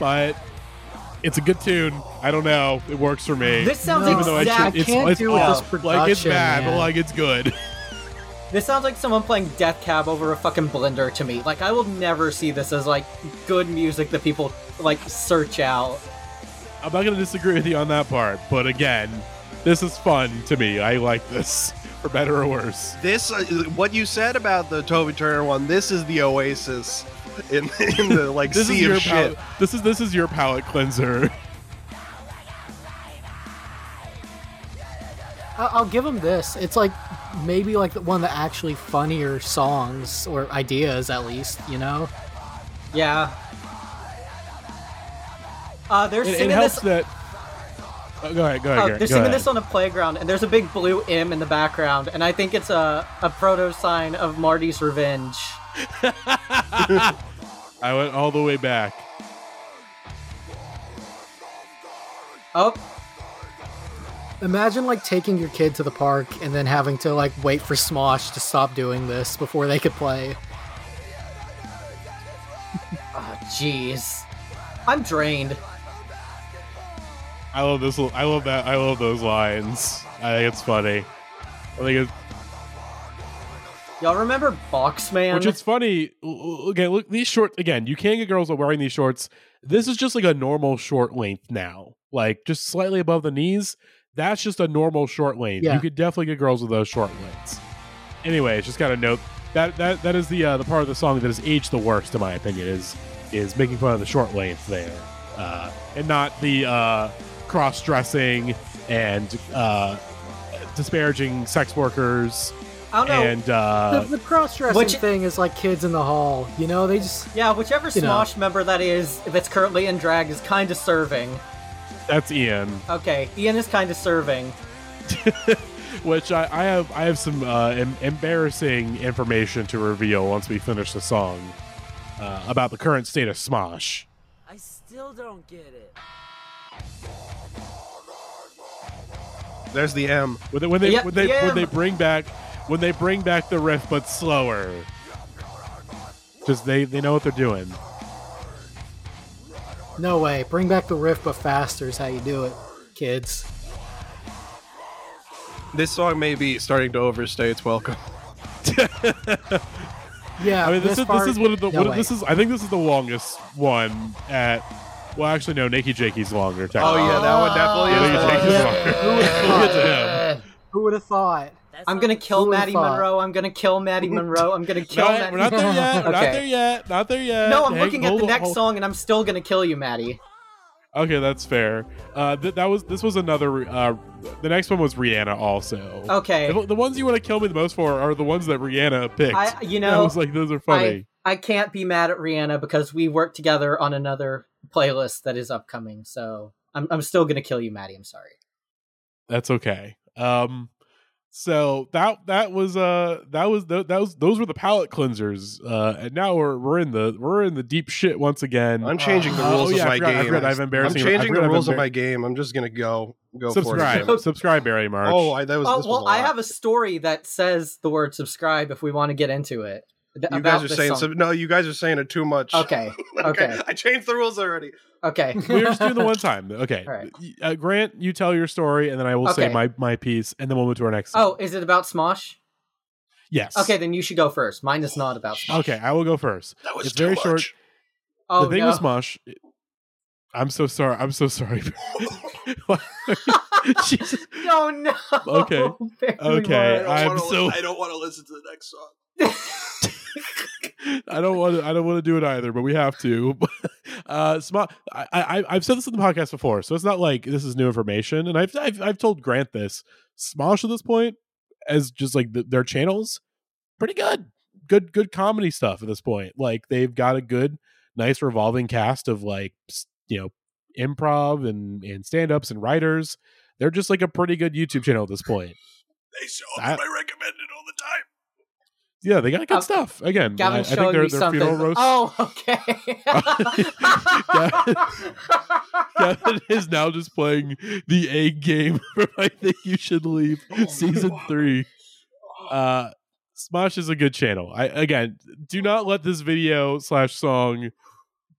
S2: But it's a good tune. I don't know. It works for me.
S4: This sounds
S7: No,
S2: Even though I
S7: I
S2: should-
S4: exact.
S2: it's,
S7: can't
S2: it's
S7: do with this
S2: awful. Like it's
S7: production,
S2: bad, but
S7: man.
S2: like it's good.
S4: This sounds like someone playing Death Cab over a fucking blender to me. Like I will never see this as like good music that people like search out.
S2: I'm not gonna disagree with you on that part, but again, this is fun to me. I like this, for better or worse.
S3: This, uh, what you said about the Toby Turner one, this is the Oasis in, in the like
S2: This is
S3: sea
S2: your
S3: of shit.
S2: palate. This is this is your palate cleanser.
S7: I- I'll give them this. It's like maybe like the- one of the actually funnier songs or ideas, at least. You know,
S4: Yeah. Uh, they're
S2: It,
S4: singing
S2: it helps that.
S4: this.
S2: Oh, go ahead, go ahead.
S4: uh,
S2: Garrett,
S4: they're
S2: go
S4: singing
S2: ahead.
S4: this on a playground, and there's a big blue M in the background, and I think it's a a proto sign of Marty's revenge.
S2: I went all the way back.
S4: Oh,
S7: imagine like taking your kid to the park and then having to like wait for Smosh to stop doing this before they could play.
S4: oh, jeez. I'm drained.
S2: I love this. l- I love that. I love those lines. I think it's funny. I think it's
S4: Y'all remember Boxman?
S2: Which it's funny. l- l- Okay, look these shorts again. You can get girls are wearing these shorts. This is just like a normal short length now, like just slightly above the knees. That's just a normal short length.
S7: Yeah.
S2: You could definitely get girls with those short lengths. Anyway, it's just got a note that that that is the uh, the part of the song that is aged the worst, in my opinion, is is making fun of the short length there, uh, and not the uh, cross dressing and uh, disparaging sex workers
S4: I don't know.
S2: and uh,
S7: the the cross dressing
S4: Which-
S7: thing is like kids in the hall. You know, they just
S4: yeah, whichever
S7: you know.
S4: Smosh member that is that's currently in drag is kind of serving.
S2: that's Ian.
S4: Okay, Ian is kind of serving.
S2: which I, I have I have some uh, em- embarrassing information to reveal once we finish the song uh, about the current state of Smosh.
S10: I still don't get it.
S3: There's the M.
S2: When they when they,
S4: Yeah,
S2: when, they
S4: yeah.
S2: when they bring back when they bring back the riff but slower, because they they know what they're doing.
S7: no way. Bring back the riff, but faster is how you do it, kids.
S3: This song may be starting to overstay its welcome.
S7: Yeah,
S2: I mean, this, is
S7: part-
S2: this is one of the
S7: no
S2: one of,
S7: way.
S2: this is I think this is the longest one at. Well, actually, no. Nikki Jakey's longer.
S3: Oh yeah, that one definitely
S2: Yeah,
S3: is.
S2: you
S3: the
S2: take
S3: one.
S2: this
S7: Who would have thought?
S2: one. We'll get to him.
S7: Who would have thought?
S10: That's
S4: I'm
S10: not
S4: gonna
S10: the-
S4: kill
S7: Who would've
S4: Maddie
S7: thought?
S4: Monroe. I'm gonna kill Maddie Monroe. I'm gonna kill
S2: No,
S4: Maddie.
S2: we're not there yet. We're not
S4: Okay.
S2: there yet. Not there yet.
S4: No, I'm
S2: Hang-
S4: looking at
S2: hold
S4: the
S2: on,
S4: next
S2: hold-
S4: song, and I'm still gonna kill you, Maddie.
S2: Okay, that's fair. Uh, th- that was this was another. Uh, the next one was Rihanna also.
S4: Okay.
S2: The, the ones you want to kill me the most for are the ones that Rihanna picked.
S4: I, you
S2: I
S4: know,
S2: was like, those are
S4: I,
S2: funny.
S4: I can't be mad at Rihanna because we work together on another playlist that is upcoming. So I'm, I'm still gonna kill you, Maddie. I'm sorry.
S2: That's okay. Um, so that that was uh that was the, that was those were the palate cleansers. Uh, and now we're we're in the we're in the deep shit once again.
S3: I'm changing the
S2: Uh,
S3: rules
S2: oh, yeah, I
S3: of my
S2: forgot- I
S3: game.
S2: forgot I've embarrassed
S3: I'm
S2: you. I
S3: changing the
S2: forgot I've
S3: rules of
S2: embar-
S3: my game. I'm just gonna go go
S2: subscribe,
S3: for it.
S2: subscribe, Barry March.
S3: Oh, I, that was.
S4: oh
S3: this was
S4: well,
S3: a lot.
S4: I have a story that says the word subscribe if we want to get into it. th-
S3: You
S4: about
S3: guys are
S4: this
S3: saying
S4: song.
S3: sub- no. You guys are saying it too much.
S4: Okay. Okay.
S3: I changed the rules already.
S4: Okay.
S2: we were just doing the one time. Okay,
S4: All right.
S2: Y- uh, Grant, you tell your story, and then I will say
S4: Okay.
S2: my my piece, and then we'll move to our next.
S4: Oh, is it about Smosh?
S2: Yes.
S4: Okay, then you should go first. Mine is not about Smosh.
S2: Okay, I will go first.
S3: That was
S2: It's
S3: too
S2: very
S3: much.
S2: short.
S4: Oh
S2: the thing
S4: no.
S2: with Smosh, I'm so sorry. I'm so sorry. Jesus.
S4: no, no.
S2: Okay.
S4: Barry
S2: Okay, Um,
S4: White.
S2: I'm so.
S3: don't want to listen to the next song.
S2: I don't want. to. I don't want to do it either, but we have to. uh, Smosh. I, I, I've said this in the podcast before, so it's not like this is new information. And I've, I've, I've told Grant this. Smosh at this point, as just like th their channels, pretty good. Good, good comedy stuff at this point. Like they've got a good, nice revolving cast of like s- you know improv and and stand ups and writers. They're just like a pretty good YouTube channel at this point.
S3: They show
S2: up in I-
S3: recommended all the time.
S2: Yeah, they got good
S4: Um,
S2: stuff. Again, I, I
S4: Gavin's
S2: think
S4: showing
S2: their,
S4: me
S2: their
S4: something.
S2: funeral roast.
S4: Oh, okay.
S2: Kevin is now just playing the egg game from I Think You Should Leave season three. Uh Smosh is a good channel. I again do not let this video slash song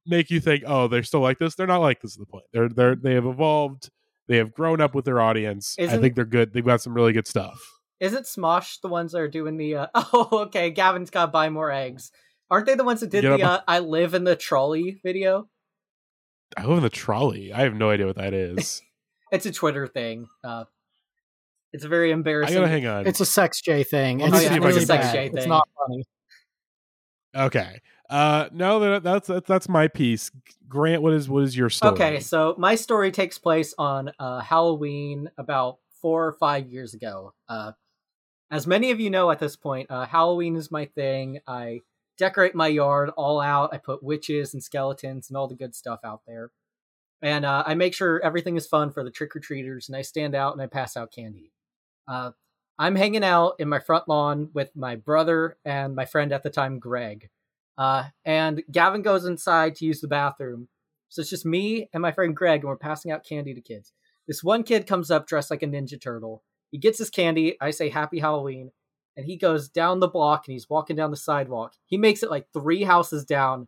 S2: make you think, oh, they're still like this. They're not like this at the point. They're they're they have evolved. They have grown up with their audience. I
S4: Isn't-
S2: think they're good. They've got some really good stuff.
S4: Isn't Smosh the ones that are doing the? Uh, oh, okay. Gavin's got to buy more eggs. Aren't they the ones that did
S2: Get
S4: the
S2: up-
S4: uh, "I live in the trolley" video?
S2: I live in the trolley. I have no idea what that is.
S4: It's a Twitter thing. Uh, it's a very
S2: I
S4: embarrassing.
S2: gotta hang on.
S7: It's a sex J thing.
S2: Let
S7: It's
S2: me see if I
S7: really
S2: can-
S7: bad.
S2: Sex
S4: J
S7: It's
S4: thing.
S7: not funny.
S2: Okay. Uh, no, that, that's that's that's my piece. Grant, what is what is your story?
S4: Okay, so my story takes place on uh, Halloween about four or five years ago. Uh, as many of you know at this point, uh, Halloween is my thing. I decorate my yard all out. I put witches and skeletons and all the good stuff out there. And uh, I make sure everything is fun for the trick or treaters, and I stand out and I pass out candy. Uh, I'm hanging out in my front lawn with my brother and my friend at the time, Greg. Uh, and Gavin goes inside to use the bathroom. So it's just me and my friend Greg, and we're passing out candy to kids. This one kid comes up dressed like a Ninja Turtle. He gets his candy. I say, Happy Halloween and he goes down the block and he's walking down the sidewalk. He makes it like three houses down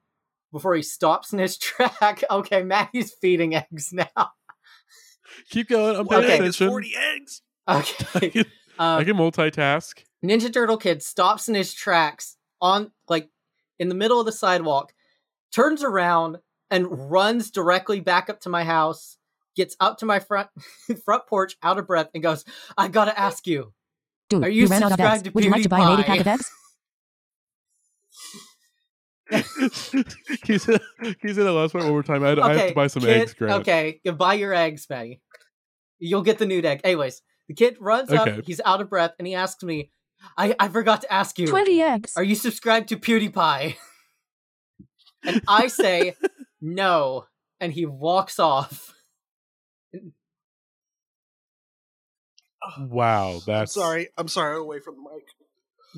S4: before he stops in his track. okay, Maggie's feeding eggs now.
S2: Keep going. I'm
S4: Well,
S2: paying
S4: okay.
S11: It's
S2: attention.
S11: 40 eggs.
S2: I,
S4: Okay.
S2: can, I
S4: Um,
S2: can multitask.
S4: Ninja Turtle Kid stops in his tracks on like in the middle of the sidewalk, turns around and runs directly back up to my house, gets up to my front front porch out of breath and goes, "I got to ask you.
S12: Dude,
S4: Are you
S12: ran out of
S4: subscribed
S12: eggs.
S4: to
S12: Would you like to buy an 80 pack of
S4: PewDiePie?
S12: eggs?
S2: he's he's in the last part one more time. I, I have to buy some
S4: kid-
S2: eggs, Grant.
S4: Okay, you buy your eggs, Maddie. You'll get the nude egg. Anyways, the kid runs
S2: Okay.
S4: up, he's out of breath, and he asks me, I, I forgot to ask you,
S12: 20 eggs.
S4: are you subscribed to PewDiePie? and I say, no. And he walks off.
S2: Wow,
S3: I'm
S2: that's
S3: sorry. I'm sorry. I'm away from the mic.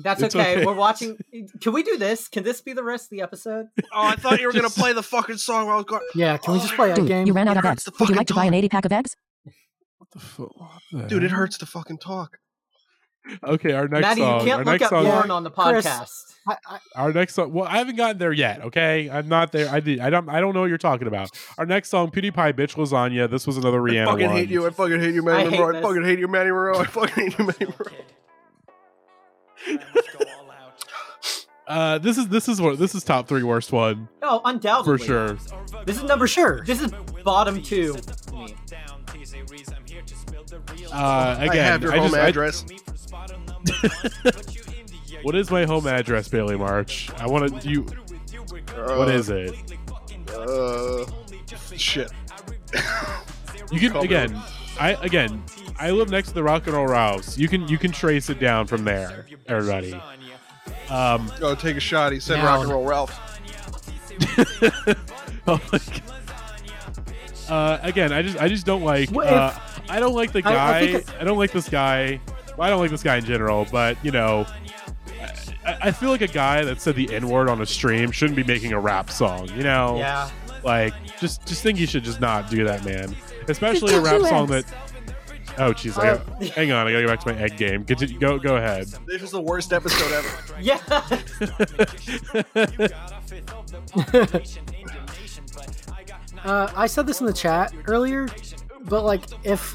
S4: That's
S2: It's
S4: okay.
S2: okay.
S4: We're watching. Can we do this? Can this be the rest of the episode?
S3: Oh, I thought you were
S2: Just-
S3: gonna play the fucking song while I was gone.
S13: Yeah, can we just play a
S12: Dude, you
S13: game?
S12: ran out
S3: It
S12: of
S3: hurts
S12: eggs.
S3: the
S12: Would you
S3: fucking
S12: like to buy an
S3: dog.
S12: 80 pack of eggs?
S2: What the fu- what the
S3: Dude, it
S2: hell?
S3: hurts to fucking talk.
S2: Okay, our next
S4: Maddie,
S2: song.
S4: you can't
S2: our
S4: look
S2: next
S4: at
S2: song.
S4: porn on the
S13: Chris.
S4: podcast.
S13: I, I,
S2: Our next song. Well, I haven't gotten there yet. Okay, I'm not there. I did. I don't. I don't know what you're talking about. Our next song, PewDiePie, bitch, lasagna. This was another Rihanna
S3: I fucking
S2: one.
S3: hate you. I fucking hate you,
S4: I
S3: Manny
S4: hate
S3: Monroe. I
S4: this.
S3: fucking hate you, Manny Monroe. I fucking hate you, Manny Monroe.
S2: Uh, this is this is what this is top three worst one
S4: Oh,
S2: for
S4: undoubtedly.
S2: sure.
S4: This is number
S13: Sure.
S4: This is bottom two.
S2: Uh, again,
S3: I have your home
S2: just-
S3: address.
S2: what is my home address, Bailey March? I want to do. You, what is it?
S3: Uh, shit.
S2: You can
S3: Call me.
S2: again. I again. I live next to the Rock and Roll Rouse. You can you can trace it down from there, everybody. Um,
S3: Go take a shot. He said
S13: Now-
S3: rock and roll, Ralph.
S2: oh my God. Uh, again, I just I just don't like.
S13: What if-
S2: Uh, I don't like the
S13: I- I
S2: guy. I,
S13: think it's-
S2: don't like this guy. Well, I don't like this guy in general. But you know, I, I feel like a guy that said the N word on a stream shouldn't be making a rap song. You know,
S4: Yeah.
S2: like just just think you should just not do that, man. Especially a
S12: Get
S2: rap
S12: two
S2: song that.
S12: eggs.
S2: Oh, jeez, I got- hang on, I gotta go back to my egg game. Continue, go go ahead.
S3: This is the worst episode ever.
S4: Yeah.
S2: Oh,
S13: uh, I said this in the chat earlier, but like, if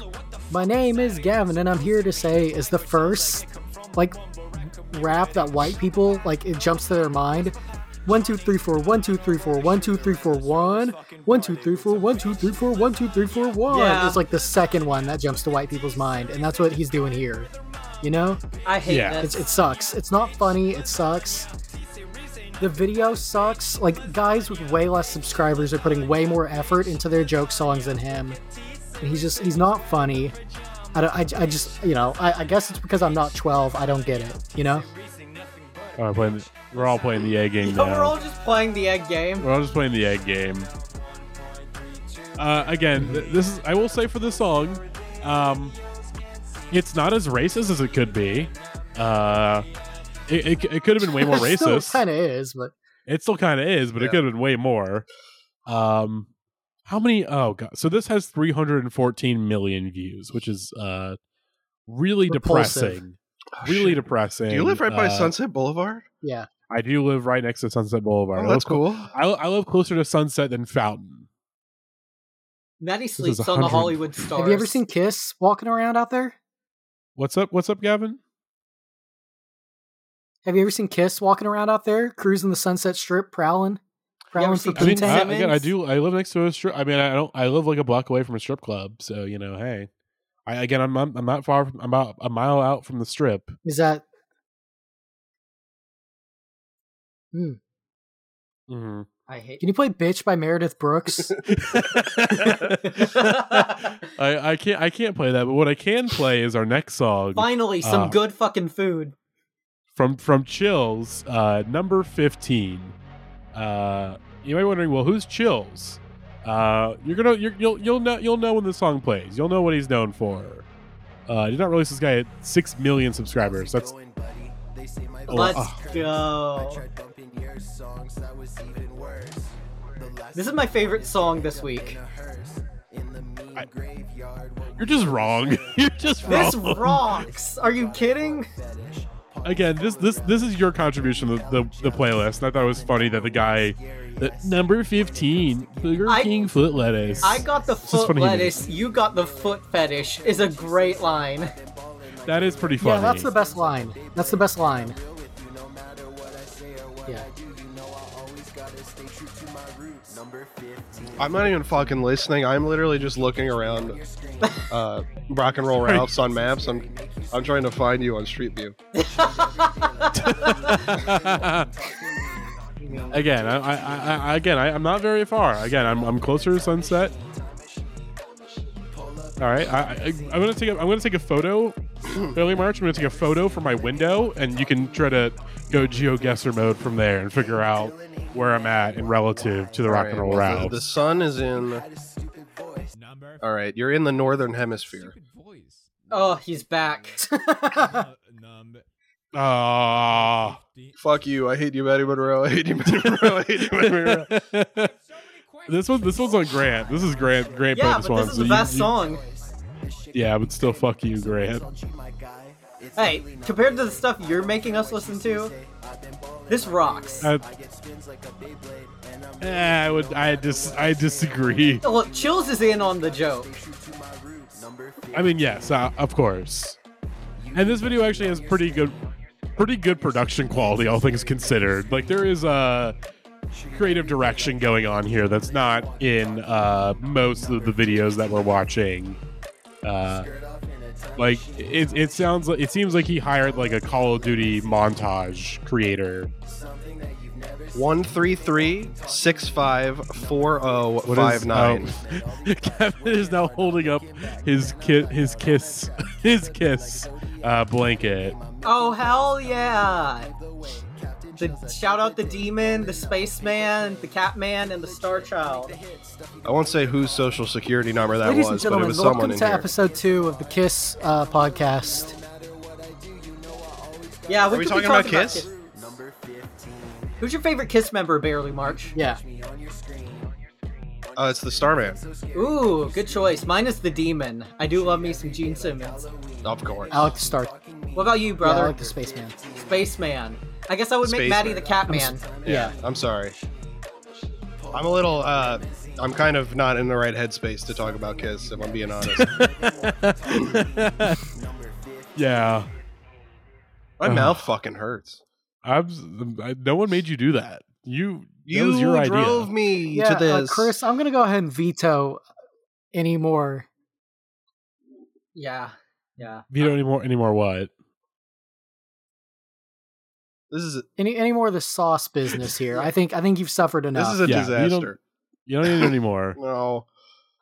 S13: my name is Gavin and I'm here to say is the first like rap that white people like it jumps to their mind. One two three four one two three four one two three four one one two three four one two three four one two three four one
S4: Yeah.
S13: is like the second one that jumps to white people's mind, and that's what he's doing here. You know,
S4: I hate
S2: Yeah.
S4: this.
S13: it's, it sucks. It's not funny. It sucks. The video sucks. Like guys with way less subscribers are putting way more effort into their joke songs than him. And he's just he's not funny. I, don't- I, I just you know I, I guess it's because I'm not 12. I don't get it. You know.
S2: Oh, I'm playing, we're all playing the egg game now.
S4: But we're all just playing the egg game.
S2: We're all just playing the egg game. Uh, again, th- this is I will say for this song, um, it's not as racist as it could be. Uh, it, it, it could have been way more racist.
S13: kind of is, but
S2: it still kind of is, but it
S3: Yeah.
S2: could have been way more. Um, how many? Oh god! So this has 314 million views, which is uh, really
S13: Repulsive.
S2: depressing.
S3: Oh,
S2: really
S3: shit.
S2: depressing.
S3: Do you live right by
S2: Uh,
S3: Sunset Boulevard?
S13: yeah.
S2: I do live right next to Sunset Boulevard.
S3: Oh,
S2: I
S3: that's
S2: live clo-
S3: cool.
S2: I, I live closer to Sunset than Fountain.
S4: Maddie
S2: is
S4: sleeps on the
S2: 100.
S4: Hollywood stars.
S13: Have you ever seen Kiss walking around out there?
S2: What's up? What's up, Gavin?
S13: Have you ever seen Kiss walking around out there, cruising the Sunset Strip, prowling, prowling for
S4: seen
S2: I mean,
S13: Pete?
S4: Pete
S2: I,
S4: Simmons?
S2: again, I do. I live next to a strip. I mean, I don't. I live like a block away from a strip club, so you know, hey. I, again, I'm I'm I'm not far. From, I'm about a mile out from the strip.
S13: Is that? Hmm.
S2: Mhm.
S4: I hate
S7: Can you play Bitch by Meredith Brooks?
S2: I, I can't I can't play that, but what I can play is our next song
S4: Finally, some
S2: Ah.
S4: good fucking food.
S2: from from Chills, uh, number fifteen. Uh, you might be wondering, well, who's Chills? Uh, you're gonna you're, you'll you'll know you'll know when this song plays. You'll know what he's known for. Uh, I did not release this guy at six million subscribers. That's Oh,
S4: Let's
S2: ah.
S4: go. This is my favorite song this week.
S2: you're just wrong. you're just wrong.
S4: This rocks. Are you kidding?
S2: Again, this this this is your contribution to the, the, the playlist. And I thought it was funny that the guy, that number fifteen, Burger
S4: I-
S2: King foot lettuce.
S4: I got the
S2: just
S4: foot
S2: funny he did.
S4: lettuce. You got the foot fetish. Is a great line.
S2: that is pretty funny.
S7: yeah, that's the best line. That's the best line. Yeah.
S3: I'm not even fucking listening. I'm literally just looking around uh, Rock and Roll Ralph's on maps. I'm I'm trying to find you on Street View.
S2: again, I, I, I, I again, I, I'm not very far. Again, I'm, I'm closer to sunset. All right, I, I, I'm gonna take a, I'm gonna take a photo. Early March, I'm gonna take a photo from my window, and you can try to go geoguesser mode from there and figure out where I'm at in relative to the rock and
S3: All right,
S2: roll
S3: well, the-
S2: route.
S3: The sun is in.
S14: Number
S3: All right, you're in the northern hemisphere.
S14: voice.
S4: Oh, he's back.
S14: number
S2: Ah.
S3: Fuck you! I hate you, Matty Monroe. I hate you, Matty Monroe. I hate you, Matty Monroe.
S2: Ah. this one, this one's on Grant. This is Grant. Grant played
S4: yeah,
S2: this
S4: but
S2: one.
S4: this is
S2: so
S4: the
S2: you-
S4: best
S2: you-
S4: song.
S2: Yeah, but still, fuck you, Grant.
S4: Hey, compared to the stuff you're making us listen to, this rocks.
S2: Uh, eh, I would. I dis. I disagree.
S4: Look, Chills is in on the joke.
S2: I mean, yes, uh, of course. And this video actually has pretty good, pretty good production quality, all things considered. Like there is a creative direction going on here that's not in uh, most of the videos that we're watching. Uh, like it, it sounds like it seems like he hired like a Call of Duty montage creator.
S3: One three three six five four zero
S2: What is-
S3: five nine.
S2: oh. Kevin is now holding up his ki- his kiss his kiss uh, blanket.
S4: Oh hell yeah! The shout out the demon, the spaceman, the catman, and the star child.
S3: I won't say whose social security number that
S7: Ladies and
S3: was, but it
S7: gentlemen,
S3: was
S7: welcome
S3: someone
S7: to
S3: in here.
S7: episode two of the Kiss uh, podcast.
S4: Yeah, we
S3: Are we
S4: could
S3: talking
S4: be
S3: about
S4: talking
S3: Kiss?
S4: Who's your favorite Kiss member, Barely March?
S7: Yeah.
S3: Uh, it's the Starman,
S4: Ooh, good choice. Mine is the demon. I do love me some Gene Simmons.
S3: of course.
S7: I like the Star.
S4: What about you,
S7: Yeah, I
S4: brother?
S7: like the Spaceman.
S4: Spaceman. I guess I would make
S3: Spaceman.
S4: Maddie the Catman.
S7: Yeah.
S3: I'm sorry. I'm a little. Uh, I'm kind of not in the right headspace to talk about Kiss, if I'm being honest.
S2: Yeah,
S3: My mouth fucking hurts.
S2: I'm, s- I, no one made you do that. You that
S3: You
S2: was your
S3: drove
S2: idea.
S3: me
S7: Yeah,
S3: to this.
S7: uh, Chris, I'm gonna go ahead and veto any more.
S4: Yeah. Yeah.
S2: You don't anymore anymore what?
S3: this is
S7: Any any more of the sauce business here? I think I think you've suffered enough.
S3: this is a
S2: Yeah, you don't-
S3: disaster.
S2: You don't need it anymore.
S3: No,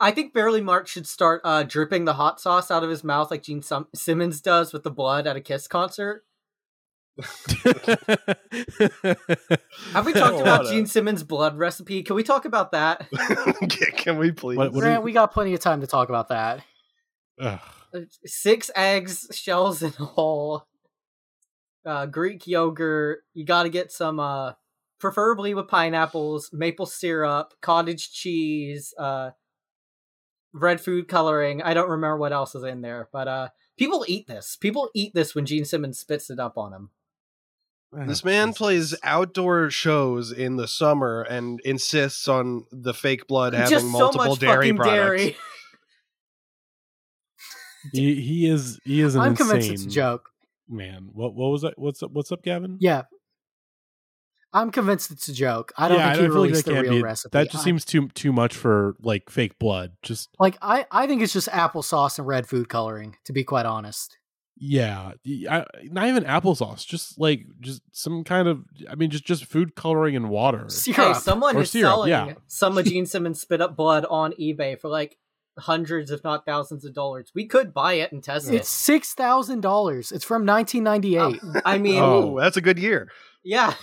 S4: I think Barely March should start uh, dripping the hot sauce out of his mouth like Gene Sim- Simmons does with the blood at a Kiss concert. Have we talked
S3: Oh,
S4: about
S3: what a-
S4: Gene Simmons' blood recipe? Can we talk about that?
S3: Can- can we please?
S2: What- what do
S7: Grant,
S2: you-
S7: we got plenty of time to talk about that.
S2: Ugh.
S4: Six eggs, shells and all. Uh, Greek yogurt. You got to get some, uh, preferably with pineapples, maple syrup, cottage cheese, uh, red food coloring. I don't remember what else is in there, but uh, people eat this. People eat this when Gene Simmons spits it up on them.
S3: This man plays outdoor shows in the summer and insists on the fake blood having
S4: Just so
S3: multiple
S4: much
S3: dairy
S4: fucking
S3: products.
S4: dairy.
S2: He, he is he is an
S7: I'm
S2: insane
S7: convinced it's a joke.
S2: man. What what was that? What's up? What's up, Gavin?
S7: Yeah. I'm convinced it's a joke. I don't
S2: Yeah,
S7: think he
S2: feel like
S7: released
S2: that
S7: the
S2: can't
S7: real
S2: be-
S7: recipe.
S2: That just
S7: I-
S2: seems too too much for like fake blood. Just
S7: like I, I think it's just applesauce and red food coloring, to be quite honest.
S2: Yeah, y- I, not even applesauce. Just like just some kind of. I mean, just just food coloring and water.
S4: Hey,
S7: Syrup.
S4: someone
S2: Or
S4: is
S2: syrup,
S4: selling
S2: yeah.
S4: some of Gene Simmons spit up blood on eBay for like hundreds, if not thousands, of dollars. We could buy it and test
S7: It's six thousand dollars. It's from nineteen ninety eight.
S4: it. I mean,
S2: Oh.
S9: Ooh, that's a good year.
S4: yeah,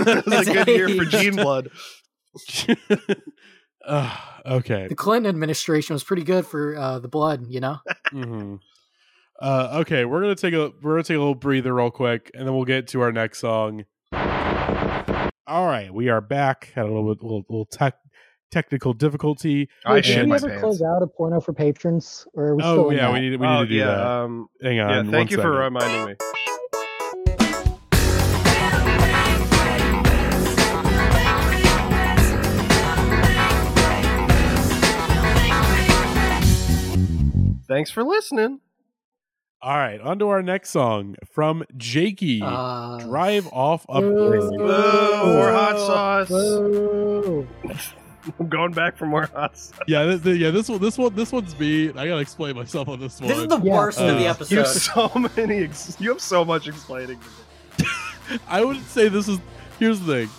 S9: that's a good year for
S4: Aged.
S9: Gene Blood.
S2: Ugh, okay.
S7: The Clinton administration was pretty good for uh, the blood, you know.
S2: hmm Uh, okay, we're gonna take a we're gonna take a little breather real quick, and then we'll get to our next song. All right, we are back. Had a little bit little, little tech technical difficulty.
S3: I
S2: shit
S3: shit
S2: my
S13: we
S3: my
S13: ever close
S3: pants.
S13: out a porno for patrons? Or are we
S2: Oh
S13: still in
S2: yeah,
S13: that?
S2: we need we need to do
S3: yeah,
S2: that.
S3: Um,
S2: Hang on.
S3: yeah.
S2: one
S3: Thank you
S2: second.
S3: for uh, reminding me. Thanks for listening.
S2: All right, on to our next song from Jakey.
S7: Uh,
S2: Drive off up.
S13: Boo.
S2: Road.
S3: Boo! More hot sauce.
S13: Whoa.
S3: I'm going back for more hot sauce.
S14: Yeah, this, yeah, this one, this one, this one's me. I gotta explain myself on this one.
S4: this is the
S13: Yeah.
S4: worst of the
S2: Uh,
S3: You
S4: episode.
S3: have so many. Ex- you have so much explaining. to do.
S2: I would say this is. Here's the thing.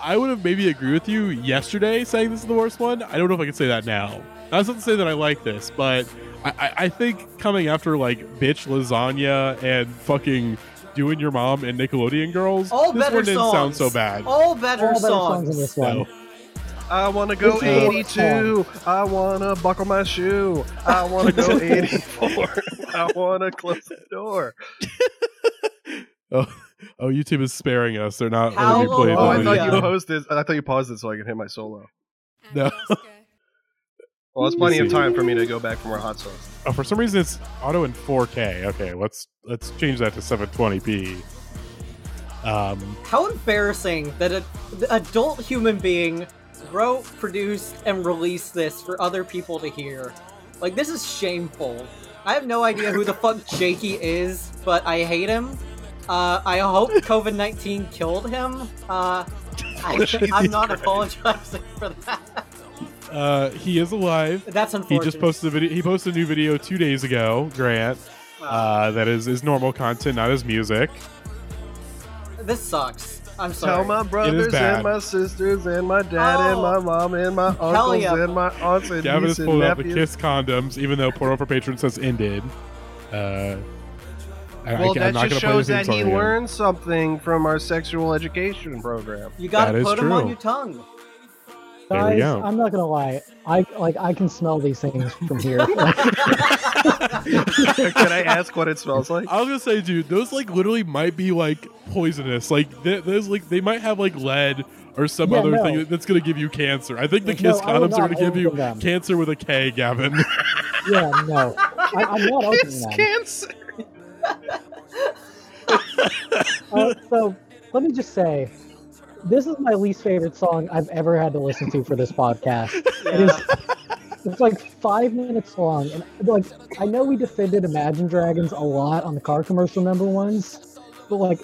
S2: I would have maybe agree with you yesterday saying this is the worst one. I don't know if I can say that now. That's not to say that I like this, but I, I, I think coming after like bitch lasagna and fucking doing your mom and Nickelodeon girls,
S4: All
S2: this
S4: better
S2: one didn't sound
S4: songs.
S2: so bad.
S4: All better
S13: All better songs in
S4: songs.
S13: this one.
S2: No.
S3: I want to go
S13: This is-
S3: 82. I want to buckle my shoe. I want to go 84. I want to close the door.
S2: Oh, oh, YouTube is sparing us. They're not
S4: How
S2: letting me play
S4: long-
S3: Oh, I
S2: the
S3: thought
S2: video.
S3: you paused this. I thought you paused it so I could hit my solo.
S2: No.
S3: Well, that's plenty of time for me to go back for more hot sauce.
S2: Oh, for some reason it's auto in 4K. Okay, let's let's change that to 720p. Um,
S4: How embarrassing that a the adult human being wrote, produced, and released this for other people to hear. Like this is shameful. I have no idea who the fuck Jakey is, but I hate him. Uh, I hope COVID nineteen killed him. Uh, I, I'm not apologizing for that.
S2: uh, he is alive.
S4: That's unfortunate.
S2: He just posted a video. He posted a new video two days ago, Grant. Uh, that is his normal content, not his music.
S4: This sucks. I'm
S3: Tell
S4: sorry.
S3: my brothers
S2: bad.
S3: and my sisters and my dad and
S4: Oh.
S3: my mom and my uncles
S4: yeah.
S3: and my aunts and
S2: Gavin has
S3: nieces
S2: pulled
S3: and
S2: out the
S3: nephews.
S2: Kiss condoms, even though Porno for Patrons has ended. Uh, I- I,
S3: Well,
S2: can't- I'm
S3: that
S2: not
S3: just
S2: gonna play
S3: shows
S2: the theme
S3: that he
S2: song again.
S3: learned something from our sexual education program.
S4: you
S2: That
S4: gotta
S2: is
S4: put him on
S2: true.
S4: your tongue.
S2: Oh, There we
S13: Guys,
S2: go.
S13: I'm not gonna lie. I like I can smell these things from here.
S3: Can I ask what it smells like?
S2: I was gonna say, dude, those like literally might be like poisonous. Like th- those like they might have like lead or some
S13: Yeah,
S2: other
S13: no.
S2: thing that's gonna give you cancer. I think the
S13: No,
S2: kiss
S13: I will
S2: condoms are
S13: not
S2: gonna give
S13: open
S2: you
S13: them.
S2: cancer with a K, Gavin.
S13: yeah, no, I, I'm not opening
S3: It's
S13: them.
S3: cancer.
S13: Uh, so let me just say, this is my least favorite song I've ever had to listen to for this podcast. It is. It's like five minutes long, and like I know we defended Imagine Dragons a lot on the car commercial number ones, but like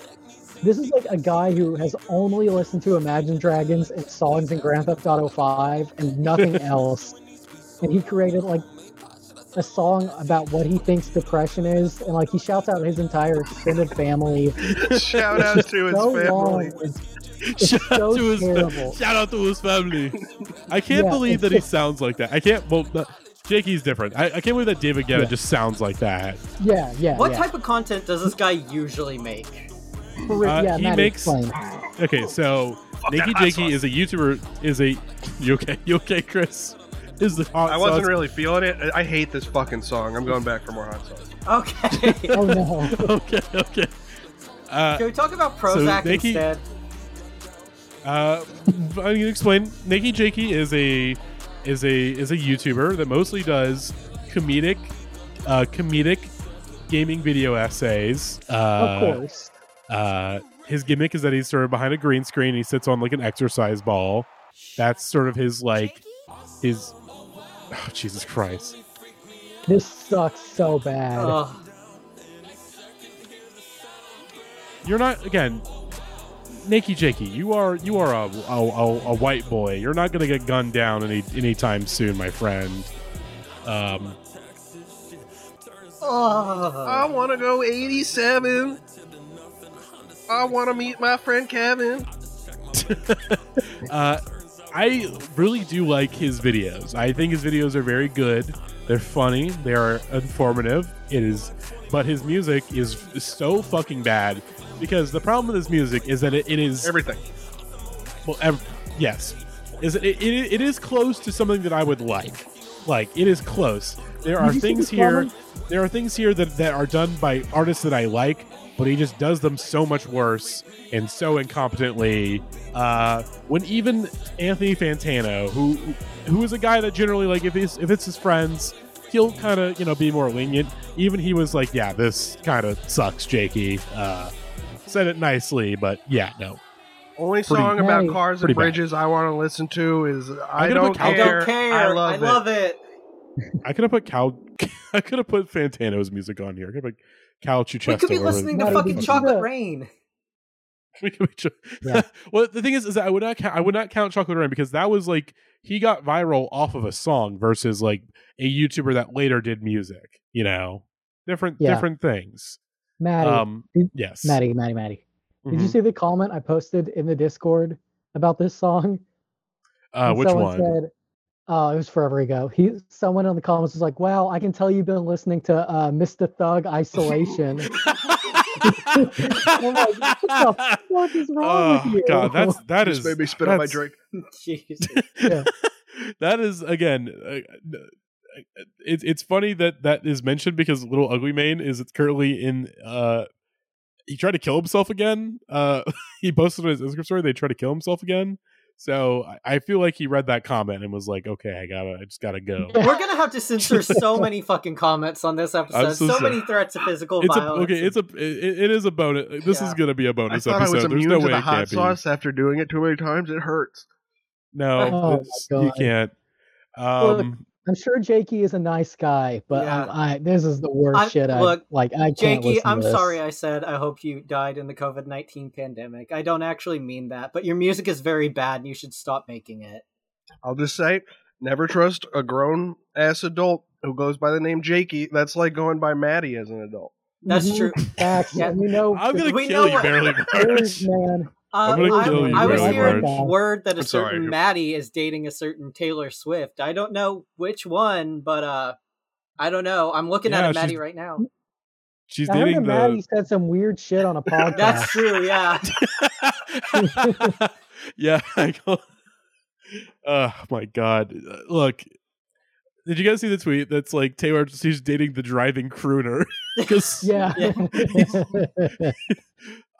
S13: this is like a guy who has only listened to Imagine Dragons and songs in Grand Theft Auto 5 and nothing else, and he created like a song about what he thinks depression is, and like he shouts out his entire extended family
S3: Shout out to his
S13: so
S3: family.
S13: long. It's
S2: shout
S13: so
S2: out to his
S13: terrible.
S2: shout out to his family. I can't
S13: Yeah,
S2: believe
S13: it's
S2: that he
S13: just-
S2: sounds like that. I can't. Well, no, Jakey's different. I, I can't believe that David Guetta
S13: Yeah.
S2: just sounds like that.
S13: Yeah, yeah.
S4: What
S13: yeah.
S4: type of content does this guy usually make?
S13: For-
S2: uh,
S13: yeah,
S2: he
S13: Matt,
S2: makes-
S13: explain.
S2: Okay, so Nikki Jakey is a YouTuber. Is a you okay? You okay, Chris? Is the hot
S3: I wasn't
S2: sauce-
S3: really feeling it. I I hate this fucking song. I'm going back for more hot sauce.
S4: Okay.
S13: Oh no.
S2: okay? Okay. Uh,
S4: Can we talk about Prozac
S2: Nikki-
S4: instead?
S2: Uh, I'm gonna explain. Nikki Jakey is a is a is a YouTuber that mostly does comedic, uh, comedic gaming video essays. Uh,
S13: of course.
S2: Uh, his gimmick is that he's sort of behind a green screen. And he sits on like an exercise ball. That's sort of his like his. Oh, Jesus Christ!
S13: This sucks so bad.
S2: uh,
S4: Ugh.
S2: You're not again. Nikki Jakey, you are you are a, a, a, a white boy. You're not gonna get gunned down any anytime soon, my friend. Um,
S3: I want to go 87. I want to meet my friend Kevin.
S2: uh, I really do like his videos. I think his videos are very good. They're funny. They are informative. It is, but his music is so fucking bad because the problem with his music is that it, it is
S3: everything.
S2: Well, ev- yes, is it, it, it is close to something that I would like. Like it is close. There
S13: Did
S2: are
S13: you see
S2: things
S13: the
S2: here.
S13: comment?
S2: There are things here that, that are done by artists that I like, but he just does them so much worse and so incompetently. Uh, when even Anthony Fantano, who who is a guy that generally like if it's if it's his friends, he'll kind of you know be more lenient. Even he was like, yeah, this kind of sucks, Jakey. Uh, said it nicely, but yeah, no.
S3: Only
S2: Pretty-
S3: song about
S2: Hey.
S3: cars
S2: pretty
S3: and
S2: bad.
S3: bridges I want to listen to is I
S2: gonna
S3: don't
S2: put Cal-
S3: care.
S2: I don't
S4: care.
S3: I love
S4: I
S3: it.
S4: love it.
S2: I could have put Cal. I could have put Fantano's music on here. I could have put Cal Chuchesta.
S4: We could be
S2: or whatever.
S4: listening to
S13: Not
S4: fucking
S13: even-
S4: Chocolate Rain.
S2: We could be ch-
S13: Yeah.
S2: well, the thing is, is that I would not. Ca- I would not count Chocolate Rain because that was like he got viral off of a song versus like a YouTuber that later did music. You know, different
S13: Yeah.
S2: different things.
S13: Maddie,
S2: Um,
S13: Did-
S2: yes,
S13: Maddie, Maddie, Maddie. Did you
S2: Mhm.
S13: see the comment I posted in the Discord about this song?
S2: Uh,
S13: And
S2: which
S13: someone
S2: one?
S13: Said, oh, it was forever ago. He someone in the comments was like, "Wow, I can tell you've been listening to uh, Mr. Thug Isolation." I'm like, what the fuck is wrong
S2: oh
S13: with you?
S2: God, that's that is
S3: Just made me spit on my
S2: that's-
S3: drink.
S4: Jeez.
S13: Yeah.
S2: that is again uh, it's it's funny that that is mentioned because little ugly mane is it's currently in uh he tried to kill himself again uh he posted on his instagram story they tried to kill himself again so I- i feel like he read that comment and was like okay i gotta i just gotta go
S4: We're gonna have to censor so many fucking comments on this episode.
S2: so
S4: So,
S2: sorry.
S4: many threats of physical
S2: it's a,
S4: violence.
S2: okay it's a it, it is a bonus uh, this is
S4: Yeah.
S2: gonna be a
S3: I
S2: bonus
S3: thought I
S2: episode
S3: was
S2: there's
S3: immune
S2: no
S3: to
S2: way
S3: the
S2: it
S3: hot
S2: can't be
S3: sauce after doing it too many times. It hurts.
S2: no
S13: Oh,
S2: it's-
S13: my
S2: you
S13: God.
S2: can't um
S13: I'm sure Jakey is a nice guy, but I'm-
S4: Yeah.
S13: I, this is the worst
S4: I-
S13: shit. I
S4: look,
S13: like. I can't
S4: Jakey,
S13: listen to
S4: I'm
S13: this.
S4: sorry I said I hope you died in the COVID 19 pandemic. I don't actually mean that, but your music is very bad and you should stop making it.
S3: I'll just say, never trust a grown ass adult who goes by the name Jakey. That's like going by Maddie as an adult.
S4: That's
S13: Mhm.
S4: true.
S13: Facts,
S4: Yeah.
S13: and we know
S2: i'm gonna
S4: we
S2: kill
S4: know
S2: you
S4: what-
S2: barely
S13: Cheers, man.
S4: Uh,
S2: gonna
S4: I,
S2: kill
S13: you,
S4: I was
S13: Riley
S4: hearing
S13: March.
S4: word that a
S3: I'm sorry.
S4: certain Maddie is dating a certain Taylor Swift. I don't know which one, but uh, I don't know. I'm looking
S2: Yeah,
S4: at a
S2: she's-
S4: Maddie right now.
S2: she's
S13: I heard
S2: dating
S13: that
S2: the
S13: Maddie said some weird shit on a podcast.
S4: That's true. Yeah.
S2: yeah. I go, oh my god! Look, did you guys see the tweet? That's like Taylor. She's dating the driving crooner. 'Cause
S13: yeah.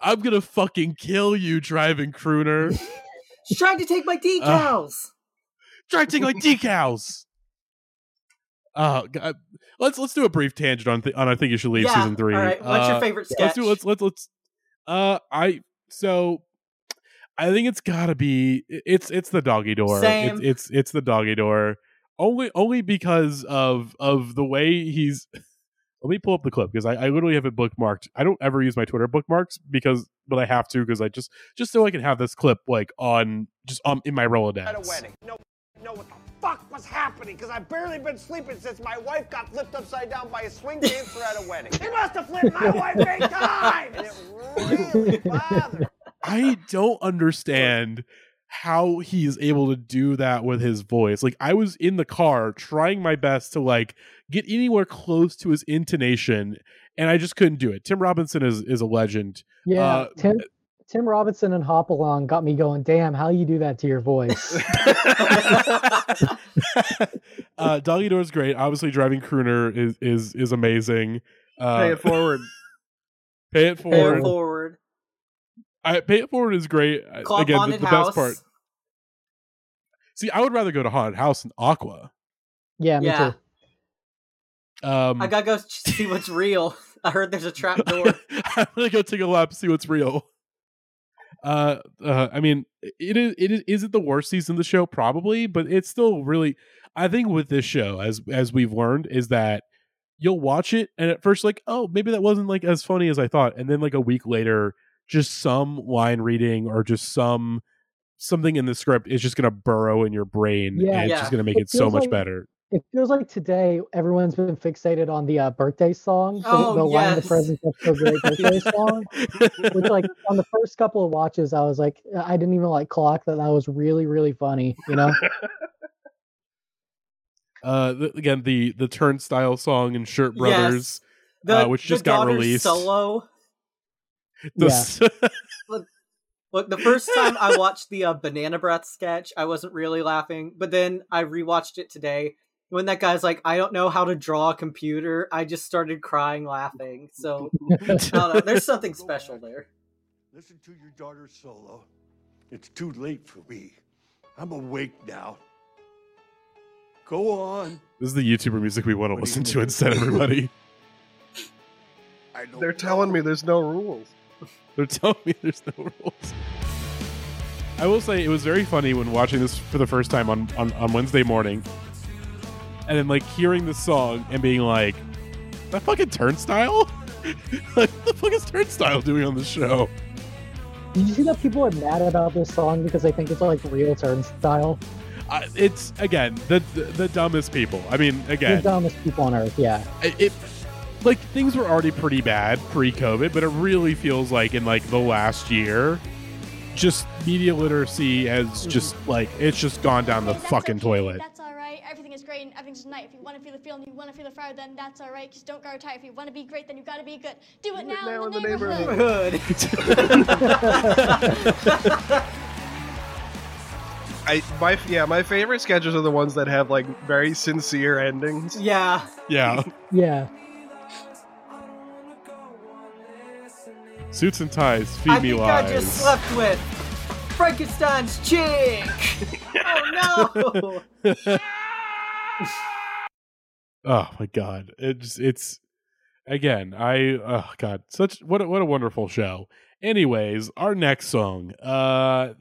S2: I'm gonna fucking kill you, driving crooner.
S4: She's trying to take my decals.
S2: Try to take like decals. Oh, god. let's let's do a brief tangent on th- on. I think you should leave
S4: yeah.
S2: season three.
S4: All right. What's
S2: Uh,
S4: your favorite sketch?
S2: let's do let's let's let's uh i so i think it's gotta be it's it's the doggy door
S4: Same.
S2: It's, it's it's the doggy door only only because of of the way he's let me pull up the clip because I, I literally have it bookmarked i don't ever use my twitter bookmarks because but i have to because i just just so i can have this clip like on just um in my rolodex
S15: at a wedding. No, know what the fuck was happening because I've barely been sleeping since my wife got flipped upside down by a swing dancer at a wedding. He must have flipped my wife big time, and it really bothered.
S2: I don't understand how he is able to do that with his voice. Like I was in the car trying my best to like get anywhere close to his intonation and I just couldn't do it. Tim Robinson is is a legend.
S13: Yeah,
S2: Uh,
S13: Tim Tim Robinson and Hopalong got me going. Damn, how you do that to your voice?
S2: uh Doggy Door is great. Obviously driving crooner is is is amazing. Uh
S3: Pay it forward.
S2: Pay It
S4: Forward.
S2: forward. I, pay it forward is great. I-
S4: Call
S2: Again, the,
S4: Haunted
S2: the
S4: House.
S2: best part. See, I would rather go to Haunted House and Aqua.
S13: yeah, me
S4: yeah.
S13: too.
S2: Um
S4: I gotta go ch- see what's real. I heard there's a trap door.
S2: I'm gonna go take a lap, see what's real. Uh, uh, I mean, it is. It is. Is it the worst season of the show? Probably, but it's still really. I think with this show, as as we've learned, is that you'll watch it and at first like, oh, maybe that wasn't like as funny as I thought, and then like a week later, just some line reading or just some something in the script is just gonna burrow in your brain
S13: Yeah.
S2: and it's
S4: Yeah.
S2: just gonna make
S13: It
S2: it, so
S13: feels
S2: much
S13: like-
S2: better.
S13: It feels like today everyone's been fixated on the uh, birthday song, the,
S4: Oh,
S13: the "Why the
S4: yes.
S13: President's Not So Great" birthday song. Which, like, on the first couple of watches, I was like, uh, I didn't even like clock that that was really, really funny. You know,
S2: Uh, th- again, the the Turnstile song and Shirt Brothers,
S4: The-
S2: uh, which
S4: the
S2: just got
S4: daughter's
S2: released.
S4: Solo.
S2: The
S4: Yeah.
S2: s-
S4: look, look, the first time I watched the uh, banana breath sketch, I wasn't really laughing, but then I rewatched it today. When that guy's like, I don't know how to draw a computer, I just started crying laughing. So, I don't know, there's something special there.
S16: Listen to your daughter solo. It's too late for me. I'm awake now. Go on.
S2: this is the YouTuber music we want to listen to instead, everybody.
S3: They're telling me there's no rules.
S2: They're telling me there's no rules. I will say it was very funny when watching this for the first time on, on, on Wednesday morning, and then like hearing the song and being like, "That fucking turnstile! like, what the fuck is turnstile doing on the show?"
S13: did you see that people are mad about this song because they think it's like real turnstile?
S2: I, it's again the, the the dumbest people. I mean,
S13: The
S2: again,
S13: dumbest people on earth. Yeah.
S2: it, it like things were already pretty bad pre-COVID, but it really feels like in like the last year, just media literacy has just like it's just gone down the fucking toilet.
S17: That's all right. Everything is great and everything's nice. If you want to feel the feeling, you want to feel the fire, then that's all right. Just don't guard tight. If you want to be great, then you got to be good. Do it, now, in the neighborhood.
S3: I my yeah, my favorite sketches are the ones that have like very sincere endings.
S4: Yeah.
S2: Yeah.
S13: Yeah.
S2: Suits and ties,
S4: I
S2: feed me
S4: think
S2: lies.
S4: I just slept with Frankenstein's chick. oh no.
S2: oh my god, it's it's again. I oh god, such what a, what a wonderful show. Anyways, our next song, uh,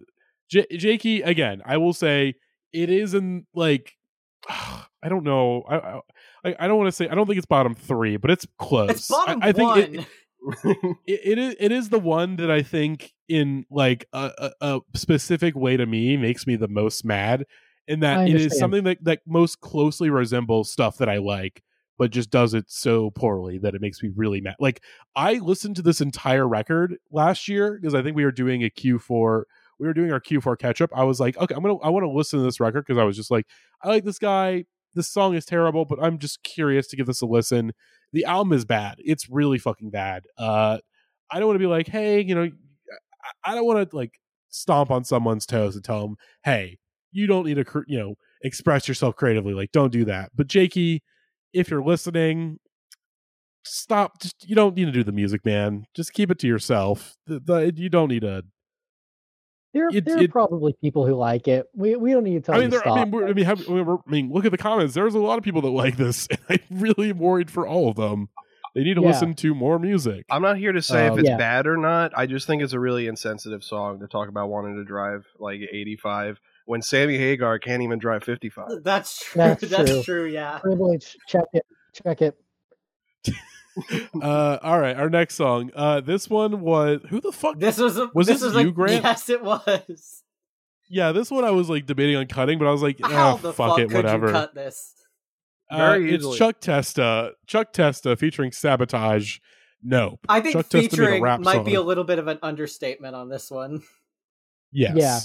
S2: J- Jakey. Again, I will say it is in like I don't know. I I- I, I don't want to say I don't think it's bottom three, but it's close.
S4: It's bottom
S2: I, I think it-
S4: one.
S2: it, it is it is the one that I think in like a, a, a specific way to me makes me the most mad in
S13: I
S2: that it is
S13: understand.
S2: something that, that most closely resembles stuff that I like but just does it so poorly that it makes me really mad. Like I listened to this entire record last year because I think we were doing a Q4 we were doing our Q4 catch up. I was like, okay, I'm going to I want to listen to this record because I was just like I like this guy. This song is terrible, but I'm just curious to give this a listen. The album is bad. It's really fucking bad. Uh I don't want to be like, hey, you know, I- I don't want to like stomp on someone's toes and tell them, hey, you don't need to, cr- you know, express yourself creatively. Like, don't do that. But Jakey, if you're listening, stop. Just you don't need to do the music, man. Just keep it to yourself. The, the, you don't need to.
S13: There,
S2: It-
S13: there are
S2: it-
S13: probably people who like it. We, we don't need to tell
S2: I mean,
S13: you
S2: there,
S13: stop.
S2: I mean, we're, I mean, have, I mean, we're, I mean, look at the comments. There's a lot of people that like this, and I really am worried for all of them. They need to
S3: Yeah.
S2: listen to more music.
S3: I'm not here to say
S2: Um,
S3: if it's
S2: yeah.
S3: bad or not. I just think it's a really insensitive song to talk about wanting to drive like 85 when Sammy Hagar can't even drive 55.
S4: That's true.
S13: That's
S4: That's,
S13: true.
S4: true. Yeah.
S13: Privilege. Check it. Check it.
S2: uh, all right, our next song. Uh, this one was who the fuck?
S4: This was a,
S2: was
S4: this,
S2: this,
S4: was
S2: you,
S4: a,
S2: Grant?
S4: Yes, it was.
S2: Yeah, this one I was like debating on cutting, but I was like, ah,
S4: How the
S2: fuck,
S4: fuck,
S2: it,
S4: could
S2: whatever.
S4: you cut this?
S2: Uh,
S4: Very
S2: it's
S4: easily.
S2: Chuck Testa, Chuck Testa featuring Sabotage. Nope.
S4: I think
S2: Chuck Testa made a
S4: featuring
S2: rap
S4: might be a
S2: song.
S4: little bit of an understatement on this one.
S2: yes.
S13: Yeah.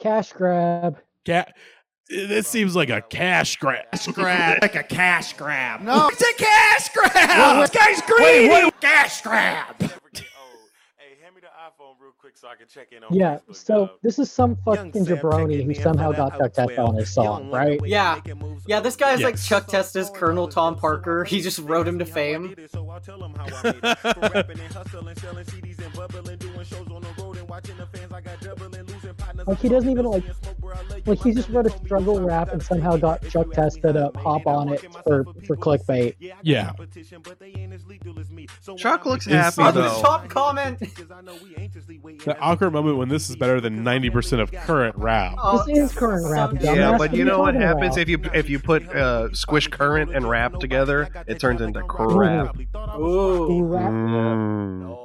S13: Cash grab.
S2: Cat. This seems like a cash grab. Cash grab.
S18: like a cash grab.
S13: No.
S18: it's a cash grab.
S2: Wait, wait,
S18: this guy's greedy.
S2: wait, wait.
S18: Cash grab.
S13: Yeah. So this is some fucking jabroni who somehow got Chuck Testa on his song, right?
S4: Yeah. Yeah, this guy's like Chuck Testa's Colonel Tom Parker. He just rode him to fame.
S13: Like he doesn't even like. Like he just wrote a struggle rap and somehow got Chuck Testa to hop on it for for clickbait.
S2: Yeah.
S3: Chuck looks
S2: It's-
S3: happy
S2: the
S3: though.
S4: Top comment.
S2: The awkward moment when this is better than 90% of current rap.
S4: Oh,
S13: this is current rap. Dumbass.
S3: Yeah, but you
S13: are
S3: know what
S13: talking about?
S3: happens if you if you put uh, squish current and rap together, it turns into crap.
S4: Ooh.
S13: Rap.
S3: Mm.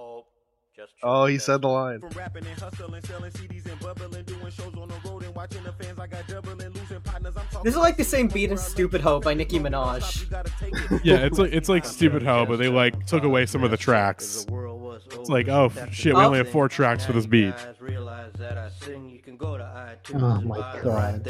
S3: Oh, he said the line.
S19: For rapping and hustling, selling CDs and bubbling, doing shows on the road and watching the fans. I got doubling, losing partners. I'm talking
S4: This is like the same beat as Stupid Hoe by Nicki Minaj.
S2: Yeah, it's like it's like stupid hoe, but they like took away some of the tracks. It's like, oh f- shit, we only have four tracks for this beat.
S13: Oh my god.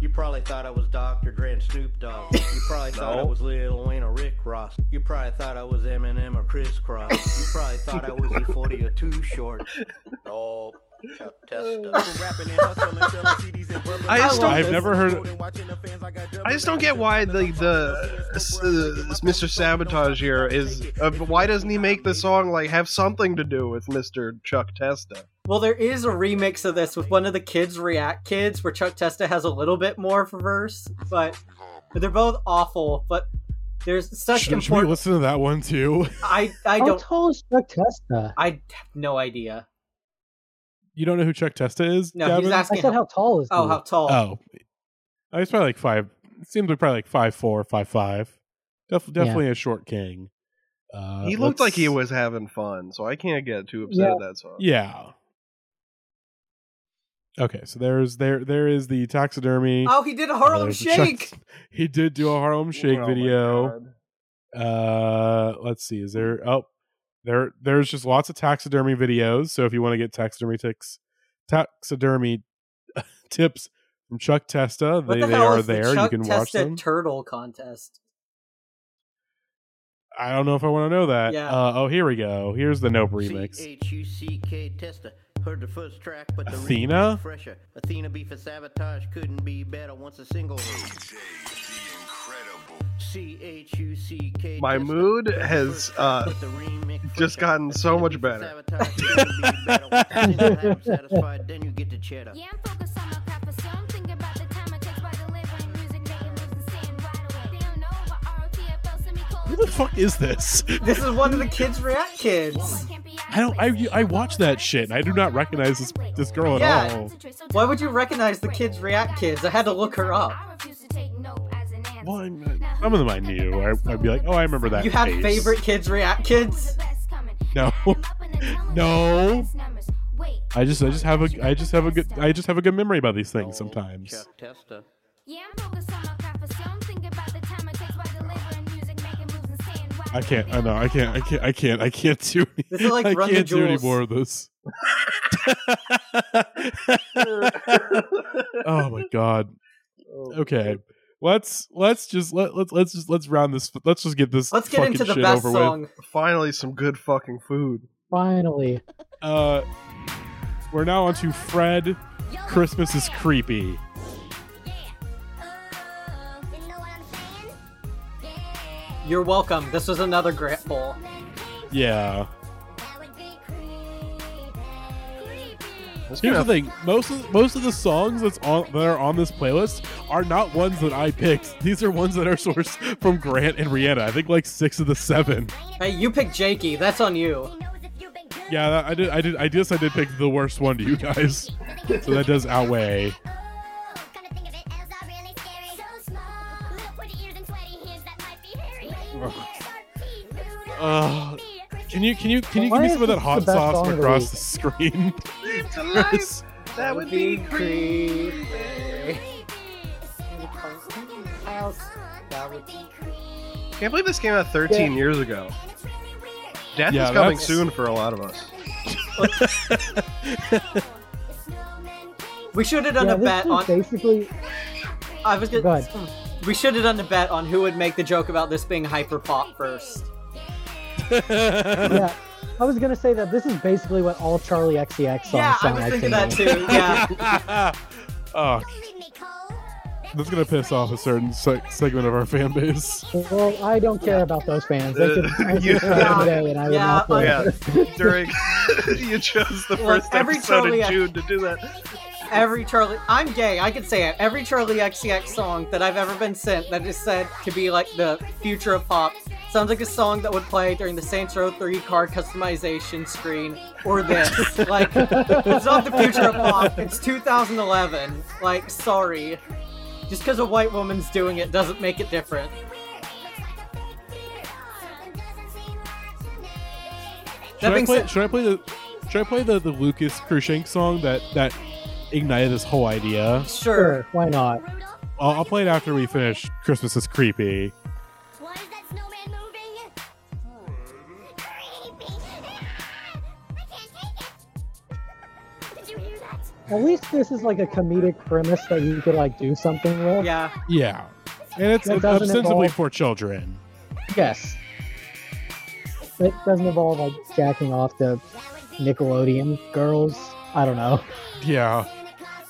S19: You probably thought I was Dr. Dre and Snoop Dogg. You probably thought I was Lil Wayne or Rick Ross. You probably thought I was Eminem or Chris Cross. You probably thought I was E40 or Too Short. No, Chuck Testa.
S3: I just don't-
S2: I've never heard.
S3: I just don't get why the the s- uh, Mr. Sabotage here is. Uh, why doesn't he make the song like have something to do with Mr. Chuck Testa?
S4: Well, there is a remix of this with one of the kids, React Kids, where Chuck Testa has a little bit more of a verse, but but they're both awful. But there's such
S2: Should, should we
S4: important.
S2: listen to that one too?
S4: I I
S13: How
S4: don't.
S13: tall is Chuck Testa?
S4: I have no idea.
S2: You don't know who Chuck Testa is?
S4: No,
S2: Gavin?
S4: he's asking.
S13: I said how tall is
S4: Oh,
S13: he?
S4: how tall?
S2: Oh, I was probably like five. Seems like probably like five four, five five. Def- definitely a short king. Uh,
S3: he looked like
S2: let's-
S3: he was having fun, so I can't get too upset at that song.
S2: Yeah. Okay, so there's there there is the taxidermy.
S4: Oh, he did a Harlem
S2: There's the Chuck-
S4: Shake.
S2: he did do a Harlem Shake
S3: my
S2: video. Uh, let's see. Is there? Oh, there. There's just lots of taxidermy videos. So if you want to get taxidermy ticks, taxidermy tips from Chuck Testa,
S4: What
S2: they,
S4: the
S2: they
S4: hell
S2: are
S4: is the
S2: there.
S4: Chuck
S2: you can watch
S4: Testa
S2: them.
S4: Turtle contest.
S2: I don't know if I want to know that.
S4: Yeah.
S2: Uh, oh, here we go. Here's the Nope remix.
S19: H-U-C-K Testa. Heard the first track, but the
S2: Athena?
S19: remix was fresher. Athena beef for sabotage couldn't be better once a single. C H U C K.
S3: My mood has uh, just gotten so much better.
S19: Satisfied, then you get the cheddar.
S12: Yeah, I'm focused on my craft, so I'm thinking about the time it takes by delivering music, making moves and staying wide awake. They don't know what ROTFL semicolon.
S2: Who the fuck is this?
S4: This is one of the kids, React Kids.
S2: I don't. I I watched that shit. and I do not recognize this this girl at
S4: Yeah.
S2: all.
S4: Why would you recognize the kids, React Kids? I had to look her up.
S2: Well, I'm- some of them I knew. I, I'd be like, oh, I remember that.
S4: You had
S2: face.
S4: favorite kids, React Kids?
S2: No, no. I just I just have a I just have a good I just have a good memory about these things sometimes.
S19: Testa.
S12: Yeah, I'm focused on my craft, so I'm thinking about the time it takes by delivering music, making moves and staying wide
S2: I can't. I know. I can't. I can't. I can't. I can't do. any-
S4: This is like
S2: I
S4: Run the
S2: can't do any
S4: Jewels.
S2: more of this. oh my god. Okay. Let's let's just let let's let's just let's round this. Let's just get this. fucking shit over With.
S3: Finally, some good fucking food.
S13: Finally.
S2: Uh, we're now on to Fred. Christmas is creepy.
S12: Uh,
S4: You're welcome. This was another Grateful.
S2: Yeah. Here's
S3: That's
S2: the
S3: gonna-
S2: thing: most of most of the songs that's on that are on this playlist are not ones that I picked. These are ones that are sourced from Grant and Rihanna. I think like six of the seven.
S4: Hey, you picked Jakey. That's on you.
S2: Yeah, that, I did. I did. I guess I did pick the worst one to you guys, so that does outweigh. Ugh. Ugh. can you can you can you give me
S13: Why
S2: some of
S13: is
S2: that
S13: this
S2: hot
S13: the best
S2: sauce
S13: song
S2: from
S13: of the
S2: across
S13: week?
S2: the screen?
S3: That would be creepy. Can't believe this came out 13 years ago. Death
S2: Yeah,
S3: is coming
S2: that's-
S3: soon for a lot of us.
S4: We should have done
S13: yeah,
S4: a
S13: this
S4: bet
S13: is
S4: on.
S13: basically
S4: I was gonna.
S13: Go ahead.
S4: We should have done a bet on who would make the joke about this being hyper pop first.
S13: yeah. I was gonna say that this is basically what all Charlie XCX songs
S4: Yeah, I
S13: sound
S4: was
S13: like.
S4: thinking
S13: to
S4: that
S13: me.
S4: too. Yeah.
S2: Oh, that's gonna piss off a certain se- segment of our fan base.
S13: Well, I don't care about those fans. They could, I could
S2: Yeah.
S13: play them today and I would
S4: Yeah,
S13: not play
S4: yeah.
S13: them.
S3: During you chose the
S4: Like,
S3: first
S4: every
S3: episode
S4: Charlie
S3: in
S4: X-
S3: June to do that.
S4: Every Charlie, I'm gay. I can say it. Every Charlie XCX song that I've ever been sent that is said to be like the future of pop sounds like a song that would play during the Saints Row 3 car customization screen or this. like, it's not the future of pop. It's 2011. Like, sorry. Just because a white woman's doing it doesn't make it different.
S2: Should I,
S4: being
S2: play,
S4: said-
S2: should I play the Should I play the, the Lucas Cruikshank song that, that ignited this whole idea?
S13: Sure, why not?
S2: I'll, I'll play it after we finish Christmas is Creepy.
S13: At least this is like a comedic premise that you could like do something with.
S4: Yeah.
S2: Yeah. And it's
S13: That doesn't
S2: ostensibly
S13: involve-
S2: for children.
S13: Yes. It doesn't involve like jacking off to Nickelodeon girls. I don't know.
S2: Yeah.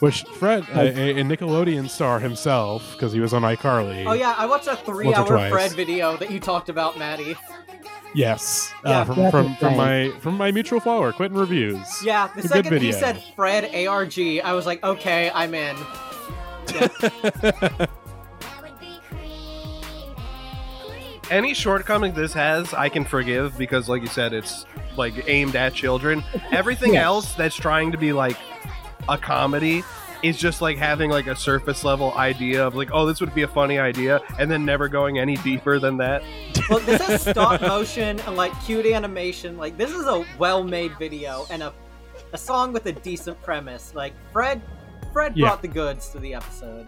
S2: Which Fred, a, a, a Nickelodeon star himself, because he was on iCarly.
S4: Oh yeah, I watched a
S2: twice.
S4: three-hour Fred video that you talked about, Maddie.
S2: Yes.
S4: Yeah.
S2: uh, from, from,
S4: That's
S2: from my from my mutual follower, Quentin Reviews.
S4: Yeah, the
S2: It's a
S4: second
S2: good
S4: he
S2: video.
S4: said Fred ARG, I was like, okay, I'm in.
S3: Any shortcoming this has, I can forgive because, like you said, it's like aimed at children. Everything
S13: Yes.
S3: else that's trying to be like a comedy is just like having like a surface level idea of like, oh, this would be a funny idea, and then never going any deeper than that.
S4: Well, this is stop motion and like cute animation. Like this is a well-made video and a a song with a decent premise. Like Fred, Fred
S2: Yeah.
S4: brought the goods to the episode.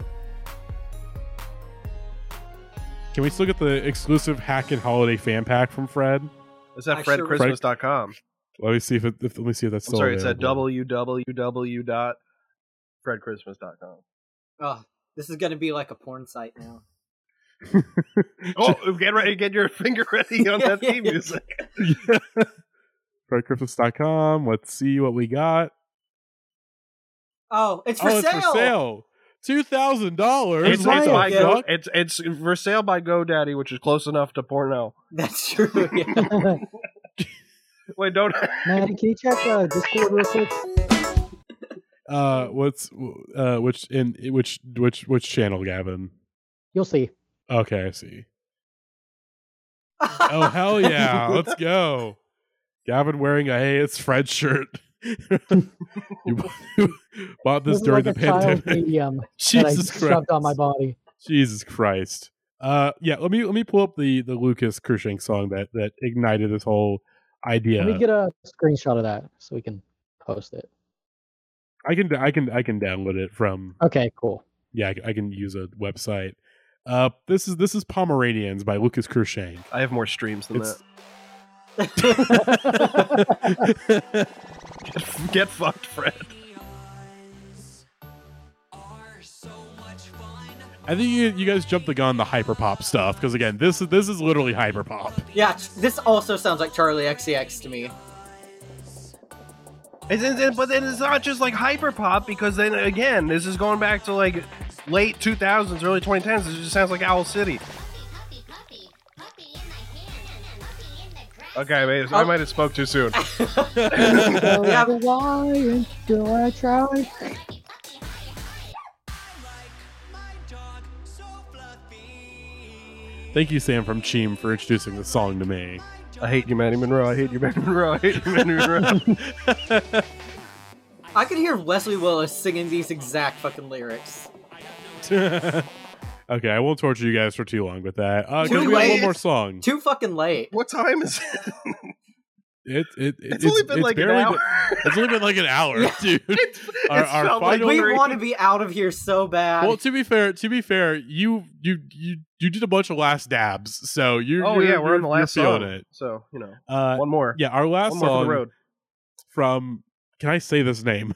S2: Can we still get the exclusive hack and holiday fan pack from Fred?
S3: It's at
S2: I sure would.
S3: fredchristmas.com.
S2: Let me see if, it, if let me see if that's
S3: I'm
S2: still
S3: sorry, it's at
S2: available.
S3: www.fredchristmas.com.
S4: Oh, this is gonna be like a porn site now.
S3: Oh, get ready, get your finger ready on that theme music.
S2: FredChristmas.com. Let's see what we got.
S4: Oh, it's for
S2: oh, it's
S4: sale.
S2: for sale. Two thousand dollars.
S3: It's, it's, by Go, it's it's for sale by GoDaddy, which is close enough to Porno.
S4: That's true.
S3: Wait, don't.
S13: Maddie, can you check uh, Discord real quick?
S2: Uh, what's uh which in which which which channel, Gavin?
S13: You'll see.
S2: Okay, I see. oh hell yeah! Let's go. Gavin wearing a hey, it's Fred shirt. you bought, bought this,
S13: is
S2: during
S13: like
S2: the
S13: a child
S2: pandemic.
S13: medium
S2: Jesus
S13: that I
S2: Christ!
S13: shoved on my body.
S2: Jesus Christ. Uh, yeah. Let me let me pull up the the Lucas Crushing song that that ignited this whole idea.
S13: Let me get a screenshot of that so we can post it.
S2: I can I can I can download it from.
S13: Okay, cool.
S2: Yeah, I, c- I can use a website. Uh, this is this is Pomeranians by Lucas Crushing.
S3: I have more streams than
S2: It's-
S3: that. get, get fucked, Fred.
S2: I think you, you guys jumped the gun on the hyperpop stuff because again, this is this is literally hyperpop.
S4: yeah, ch- this also sounds like Charlie XCX to me.
S3: It's, it's, it- but then it's not just like hyper pop because then again, this is going back to like late 2000s, early 2010s. It just sounds like Owl City. Okay, wait, I might have spoke too soon.
S13: yeah. Why do I try?
S2: Thank you, Sam from Cheem, for introducing the song to me.
S3: I hate you, Maddie Monroe. I hate you, Maddie Monroe. I hate you, Maddie Monroe.
S4: I could hear Leslie Willis singing these exact fucking lyrics.
S2: okay, I won't torture you guys for too long with that. Uh, 'cause
S4: Too
S2: we got one
S4: late.
S2: more song.
S4: Too fucking late.
S3: What time is it?
S2: It, it, it-
S3: It's only been like an
S2: barely
S3: hour.
S2: been- it's only been like an hour, dude. Our- our final-
S4: we want to be out of here so bad.
S2: Well, to be fair, to be fair, you you you you did a bunch of last dabs, so you.
S3: Oh,
S2: you're,
S3: yeah, we're on
S2: you're-
S3: the
S2: you're
S3: last
S2: feeling
S3: song.
S2: it.
S3: So, you know,
S2: Uh,
S3: one more.
S2: Yeah, our last
S3: One more for
S2: song
S3: the road.
S2: from. Can I say this name?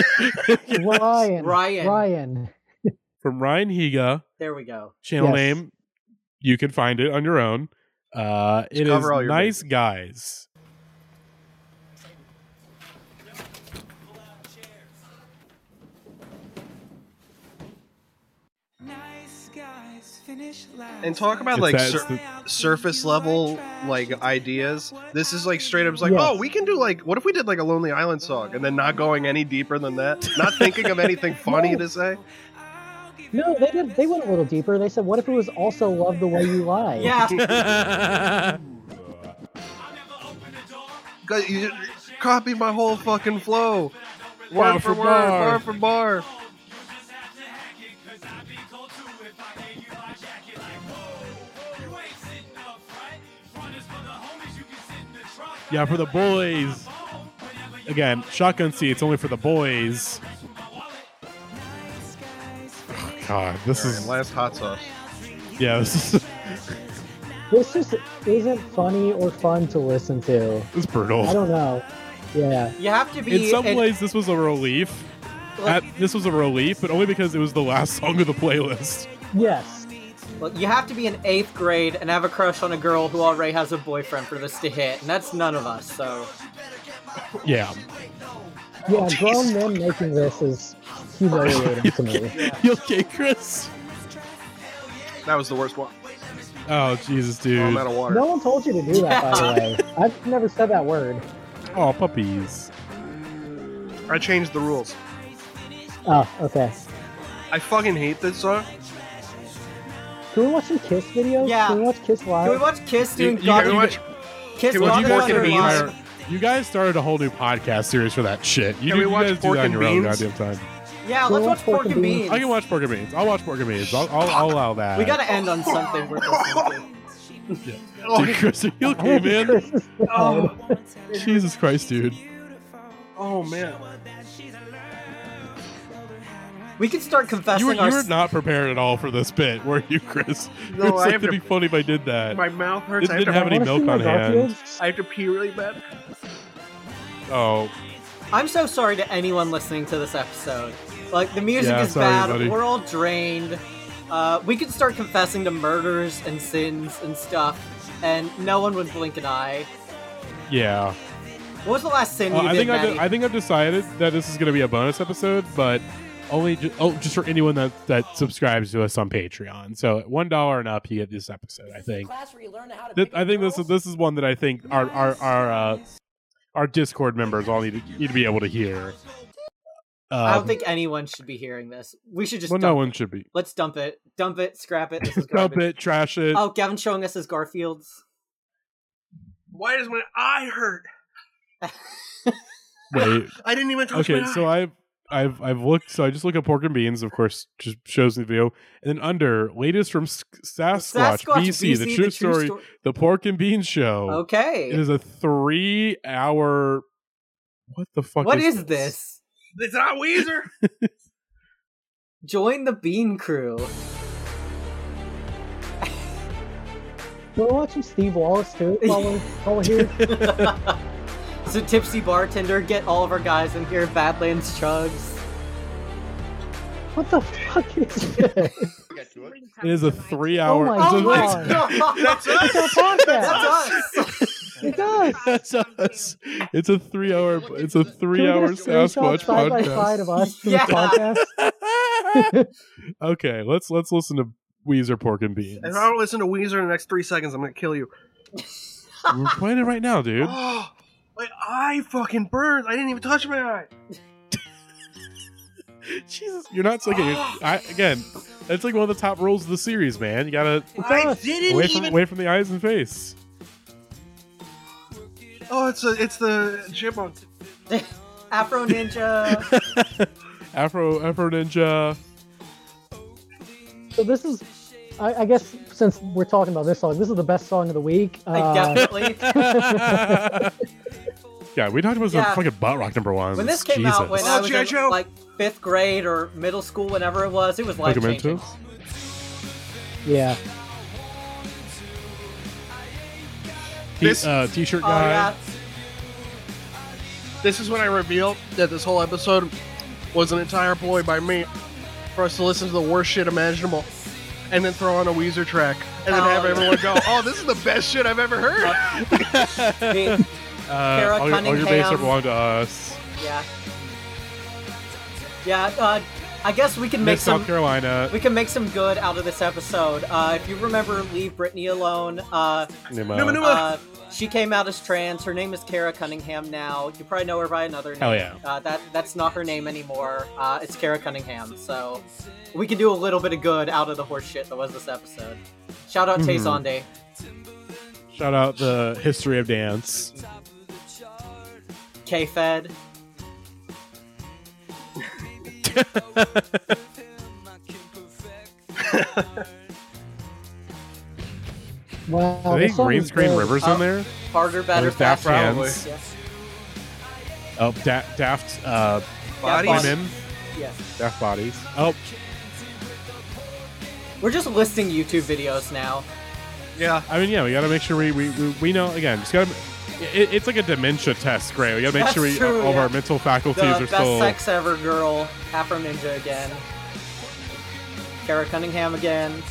S13: Ryan.
S4: Ryan.
S13: Ryan.
S2: from Ryan Higa.
S4: There we go.
S2: Channel
S13: Yes.
S2: name. You can find it on your own. Uh, it is
S3: cover all your
S2: nice guys.
S3: And talk about
S2: It's
S3: like
S2: that-
S3: sur-
S2: it's the-
S3: surface level like ideas. This is like straight up it's like,
S13: Yes.
S3: oh, we can do like what if we did like a Lonely Island song and then not going any deeper than that, not thinking of anything funny to say.
S13: No, they did. They went a little deeper. They said, "What if it was also love the way you lie?"
S2: Yeah.
S3: God, you copy my whole fucking flow. Word
S2: Bar
S3: for
S2: for
S3: word,
S2: bar.
S3: bar for bar.
S2: Yeah, for the boys. Again, shotgun seats only for the boys. God, this is
S3: last hot sauce.
S2: yeah. This is
S13: This just isn't funny or fun to listen to.
S2: It's brutal.
S13: I don't know. Yeah.
S4: You have to be
S2: in some
S4: an-
S2: ways this was a relief.
S4: Like-
S2: At- this was a relief, but only because it was the last song of the playlist.
S13: Yes.
S4: Well, you have to be in eighth grade and have a crush on a girl who already has a boyfriend for this to hit, and that's none of us. So
S2: Yeah. Oh,
S13: Yeah, grown men making this is humiliating to me.
S14: You okay, Chris?
S3: That was the worst one.
S2: Oh Jesus, dude.
S3: I'm out of water.
S13: No one told you to do that, by the
S3: Yeah.
S13: way. I've never said that word.
S2: Oh puppies.
S3: I changed the rules.
S13: Oh, okay.
S3: I fucking hate this song.
S13: Can we watch some Kiss videos?
S4: Yeah.
S13: Can we watch Kiss live?
S4: Can we watch Kiss doing
S2: You- you guys-
S4: God? Kiss
S2: Can we
S4: God
S2: watch
S4: Mother
S2: Pork and
S4: Live?
S2: Beans? You guys started a whole new podcast series for that shit. You,
S3: Can
S2: do,
S3: we
S2: you
S3: watch
S2: guys do
S3: Pork
S2: that on
S3: and
S2: your own
S3: Beans?
S2: goddamn time.
S4: Yeah, let's watch Pork and Beans.
S2: I can watch Pork and Beans. I'll watch Pork and Beans. I'll, I'll, I'll allow that.
S4: We gotta end on something. We're listening
S2: Dude, Chris, are you okay, man?
S4: to. Oh,
S14: Jesus Christ, dude.
S3: Oh man.
S4: we could start
S2: You
S4: confessing
S2: were,
S4: our.
S2: you were not prepared at all for this bit, were you, Chris?
S3: No,
S2: it was
S3: I
S2: like
S3: have
S2: to
S3: to-
S2: be funny if I did that.
S3: My mouth hurts.
S2: Didn't-
S3: I
S2: didn't have any milk on hand.
S3: I have to pee really bad.
S2: Oh,
S4: I'm so sorry to anyone listening to this episode. Like the music
S2: Yeah,
S4: is
S2: sorry,
S4: bad.
S2: buddy.
S4: We're all drained. Uh, we could start confessing to murders and sins and stuff, and no one would blink an eye.
S2: yeah.
S4: What was the last sin
S2: Uh,
S4: you
S2: I
S4: did,
S2: think
S4: Maddie?
S2: I've, I think I've decided that this is going to be a bonus episode, but only ju- oh, just for anyone that that subscribes to us on Patreon. So at one dollar and up, you get this episode. I think. Th- I think this is this is one that I think our our our uh, our Discord members all need to, need to be able to hear.
S4: I
S2: Um,
S4: don't think anyone should be hearing this. We should just
S2: well,
S4: dump
S2: no one
S4: it.
S2: should be.
S4: Let's dump it. Dump it. Scrap it. This is
S2: Dump
S4: garbage.
S2: it, trash it.
S4: Oh, Gavin's showing us his Garfields.
S3: Why does my eye hurt?
S2: Wait.
S3: I didn't even touch
S2: okay,
S3: my
S2: so I've I've I've looked. So I just look at pork and beans, of course, just shows in the video, and then under latest from S- Sasquatch,
S4: Sasquatch
S2: BC, the
S4: BC,
S2: true
S4: the true
S2: story,
S4: sto-
S2: the pork and beans show.
S4: Okay.
S2: it is a three-hour. What the fuck?
S4: What
S2: is
S4: is this?
S3: It's not Weezer.
S4: Join the Bean Crew.
S13: We're watching Steve Wallace too. While we're, while we're here.
S4: So tipsy bartender, get all of our guys in here. Badlands chugs.
S13: What the fuck is this?
S2: It is a three-hour.
S13: Oh my
S2: it's a-
S13: God. Oh
S3: That's us.
S13: It's our podcast.
S4: That's us.
S13: It does.
S2: That's us. It's a three-hour. It's a three-hour
S13: Can we get a screenshot
S2: Sasquatch
S13: side by
S2: podcast.
S13: side of us from
S4: Yeah.
S13: the podcast.
S2: Okay, let's let's listen to Weezer pork and beans.
S3: If I don't listen to Weezer in the next three seconds, I'm gonna kill you.
S2: We're playing it right now, dude.
S3: Oh, my eye fucking burns. I didn't even touch my eye.
S2: Jesus, you're not like I, again. That's like one of the top rules of the series, man. You gotta
S3: I didn't
S2: away from
S3: even.
S2: away from the eyes and face.
S3: Oh, it's a, it's the chipmunk.
S4: Afro Ninja.
S2: Afro Afro Ninja.
S13: So this is, I, I guess, since we're talking about this song, this is the best song of the week.
S2: Uh,
S4: I definitely.
S2: Yeah, we talked about some
S4: Yeah.
S2: fucking butt rock number one.
S4: When this came out, when I
S3: Oh,
S4: was
S3: G.I.
S4: in,
S3: Joe.
S4: like fifth grade or middle school, whenever it was, it was life changing.
S13: Uh, yeah.
S2: T-
S3: This-
S2: uh, t-shirt
S4: Oh
S2: guy.
S4: yeah,
S3: This is when I reveal that this whole episode was an entire ploy by me for us to listen to the worst shit imaginable, and then throw on a Weezer track, and then
S4: Oh,
S3: have
S4: yeah.
S3: everyone go, "Oh, this is the best shit I've ever heard."
S4: The-
S2: Uh, all, your, all your bass
S4: Cunningham.
S2: are belong to us.
S4: yeah, yeah. Uh, I guess we can make
S2: Miss
S4: some.
S2: South Carolina.
S4: We can make some good out of this episode. Uh, if you remember, leave Brittany alone. Uh,
S2: Nemo.
S3: Numa, Numa.
S4: uh, she came out as trans. Her name is Kara Cunningham now. You probably know her by another name.
S2: Hell yeah.
S4: Uh, that that's not her name anymore. Uh, it's Kara Cunningham. So we can do a little bit of good out of the horseshit that was this episode. Shout out
S2: Mhm.
S4: Tay Sonde.
S2: Shout out the history of dance.
S4: K Fed.
S13: Wow.
S2: Are they
S13: this song
S2: green
S13: is
S2: screen
S13: good.
S2: rivers
S4: Oh.
S2: in there?
S4: Harder, better,
S2: There's Daft
S4: faster.
S2: Punk.
S4: Yeah.
S2: Oh, da- Daft uh,
S4: Bodies?
S2: women.
S4: Yes.
S2: Daft bodies. Oh,
S4: We're just listing YouTube videos now.
S2: yeah. I mean, yeah. We gotta make sure we we, we, we know again. Just gotta. It, it's like a dementia test, Gray. We gotta make
S4: That's
S2: sure we
S4: true,
S2: all of
S4: yeah.
S2: our mental faculties
S4: the
S2: are
S4: best
S2: still.
S4: sex ever girl, Afro Ninja again. Kara Cunningham again.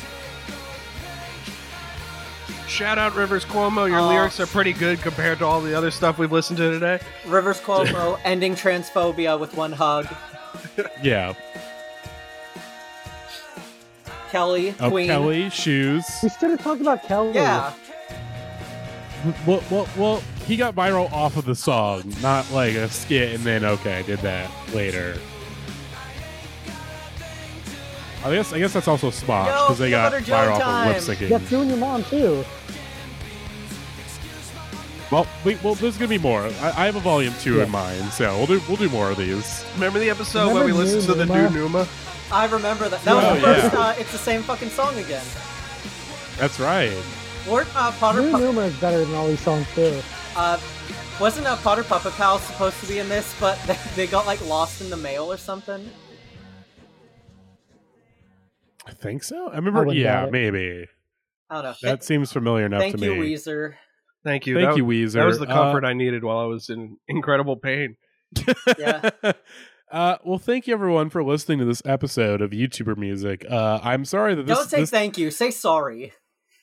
S3: Shout out Rivers Cuomo. Your
S2: Oh.
S4: Aw.
S3: lyrics are pretty good compared to all the other stuff we've listened to today.
S4: Rivers Cuomo ending transphobia with one hug.
S2: Yeah.
S4: Kelly,
S2: Oh,
S4: Queen.
S2: Kelly shoes.
S13: We started talking about Kelly.
S4: Yeah.
S2: Well, well, well, he got viral off of the song, not like a skit, and then okay, I did that later. I guess I guess that's also Smosh
S13: Yo,
S2: because they got
S13: Butter Joe
S2: viral off of lip
S13: time. That's
S2: syncing.
S13: you and your mom too.
S2: Well, we, well, there's gonna be more. I, I have a volume two in mind, so we'll do we'll do more of these.
S3: Remember the episode
S2: Remember
S3: where we listened to the
S2: Numa?
S3: new Numa?
S4: I remember that. That was
S2: Oh,
S4: the first.
S2: yeah.
S4: Uh, it's the same fucking song again.
S2: That's right.
S4: Or uh, Potter.
S13: New
S4: Pu-
S13: Numa is better than all these songs too.
S2: Mm-hmm.
S4: uh, wasn't uh, Potter Puppet Pal supposed to be in this, but they, they got like lost in the mail or something?
S2: I think so. I remember.
S4: wouldn't doubt
S2: yeah,
S4: it.
S2: maybe
S4: I don't know.
S2: that seems familiar enough
S4: Thank
S2: to
S4: you,
S2: me.
S4: Weezer.
S3: Thank you.
S2: Thank
S3: that,
S2: you, Weezer.
S3: was- That was the
S2: Uh,
S3: comfort I needed while I was in incredible pain.
S4: Yeah.
S2: Uh, well, thank you everyone for listening to this episode of YouTuber Music. Uh, I'm sorry that this,
S4: don't say
S2: this
S4: thank you. Say sorry.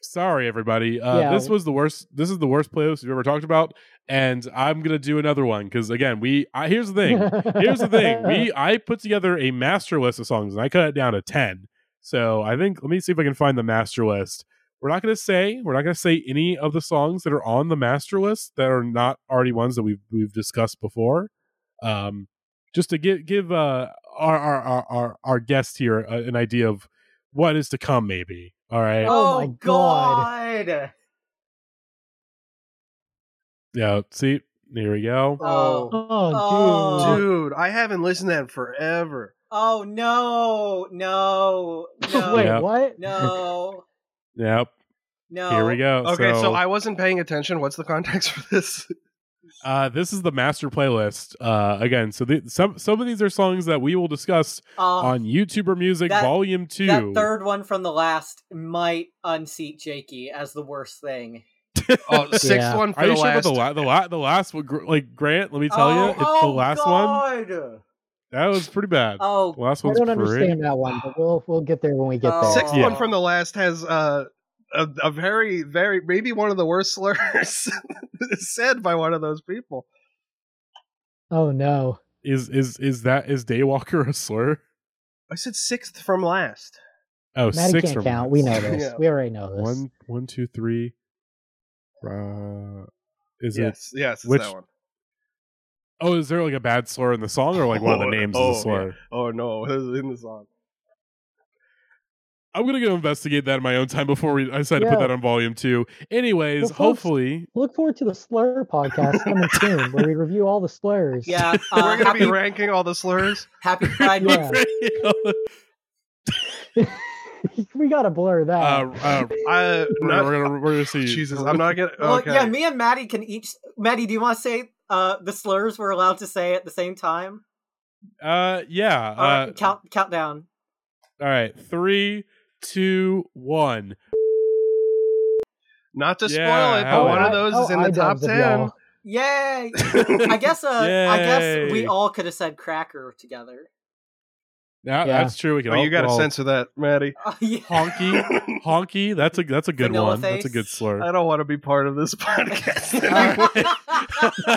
S2: sorry everybody uh,
S4: Yeah.
S2: this was the worst this is the worst playlist we've ever talked about and i'm gonna do another one because again we I, here's the thing here's the thing we i put together a master list of songs and i cut it down to 10 so i think let me see if i can find the master list we're not gonna say we're not gonna say any of the songs that are on the master list that are not already ones that we've we've discussed before um just to give give uh our our our our, our guest here uh, an idea of what is to come maybe all right
S4: Oh, my god.
S2: Yeah, see, here we go.
S4: Oh.
S2: Uh,
S13: Oh,
S3: dude. I haven't listened to that in forever.
S4: Oh no! No! No!
S2: Wait, Yeah.
S13: what?
S4: No!
S2: Yep.
S4: No.
S2: Here we go.
S3: Okay, so,
S2: Oh, So-
S3: I wasn't paying attention. What's the context for this?
S2: Uh, this is the master playlist. Uh, again, so the, some some of these are songs that we will discuss
S4: Uh,
S2: on YouTuber Music
S4: that-
S2: Volume Two.
S4: That third one from the last might unseat Jakey as the worst thing.
S3: Oh, sixth
S2: Yeah.
S3: one for
S2: Are
S3: the
S2: you sure
S3: last.
S2: about the, la- the, la- the last one? Gr- Like Grant, let me tell you,
S4: oh,
S2: it's
S4: oh,
S2: the last one.
S4: God.
S2: That was pretty bad.
S4: Oh,
S2: the last
S13: I
S2: one's
S13: don't
S2: pretty-
S13: understand that one, but we'll we'll get there when we get there.
S3: Sixth
S2: Yeah.
S3: one from the last has uh, a, a very, very, maybe one of the worst slurs said by one of those people.
S13: Oh no.
S2: Is is is that is Daywalker a slur?
S3: I said sixth from last.
S2: Oh,
S13: Maddie
S2: six
S13: can't
S2: from
S13: count. We know
S2: last.
S13: this. We already know this.
S2: One, one, two, three. Uh, is
S3: Yes,
S2: it?
S3: yes, it's
S2: which,
S3: that one.
S2: Oh, is there like a bad slur in the song, or like one of the
S3: Oh,
S2: names
S3: oh,
S2: is a slur?
S3: yeah. Oh no, it was in the song.
S2: I'm gonna go investigate that in my own time before we, I decide to put
S13: Yeah.
S2: that on volume two. Anyways,
S13: Well, folks-
S2: hopefully,
S13: Look forward to the slur podcast coming soon, where we review all the slurs.
S4: Yeah, uh,
S3: We're gonna
S4: happy,
S3: be ranking all the slurs.
S4: happy Pride Month.
S13: we gotta blur that.
S2: uh, uh,
S3: I,
S2: we're,
S3: not-
S2: we're gonna we're gonna see.
S3: Jesus, I'm not gonna.
S4: Well,
S3: Okay.
S4: yeah, me and Maddie can each. Maddie, do you want to say uh, the slurs we're allowed to say at the same time?
S2: Uh, yeah.
S4: All right,
S2: Uh,
S4: count countdown.
S2: all right, three, two, one.
S3: Not to
S2: Yeah,
S3: spoil it,
S2: how
S3: but one
S2: it-
S3: of those is
S13: oh,
S3: in the
S13: I
S3: top
S13: dubs of y'all.
S3: ten.
S4: Yay! I guess. Uh, I guess
S2: Yay.
S4: we all could have said cracker together.
S2: Yeah,
S13: Yeah.
S2: that's true. We can
S3: Oh,
S2: all,
S3: you gotta
S2: all-
S3: censor that, Maddie.
S4: Uh, yeah.
S2: honky, honky. That's a that's a good
S4: Vanilla
S2: one. That's a
S4: face.
S2: good
S13: Uh,
S2: slur.
S3: I don't want to be part of this podcast.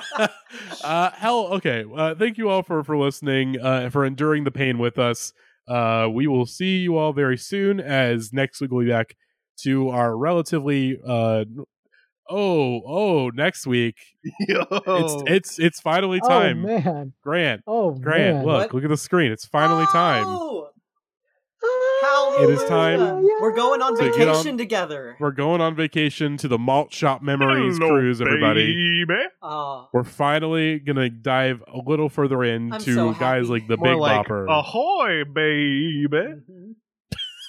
S2: uh, hell, okay. Uh, thank you all for for listening, uh, for enduring the pain with us. Uh, we will see you all very soon. As next week we'll be back to our relatively uh, n- oh oh next week.
S3: Yo.
S2: It's it's it's finally
S13: oh
S2: time,
S13: man.
S2: Grant.
S13: Oh
S2: Grant,
S13: man.
S2: look
S4: What?
S2: look at the screen. It's finally time.
S4: Oh!
S13: Oh,
S2: It is time
S4: Hallelujah! We're going on
S2: to get on-
S4: vacation together.
S2: We're going on vacation to the malt shop memories
S3: Hello,
S2: cruise, everybody.
S3: baby.
S4: Oh,
S2: We're finally gonna dive a little further into
S4: I'm so
S2: guys
S4: happy.
S2: like the
S3: More
S2: Big
S3: like,
S2: Bopper.
S3: Ahoy, baby.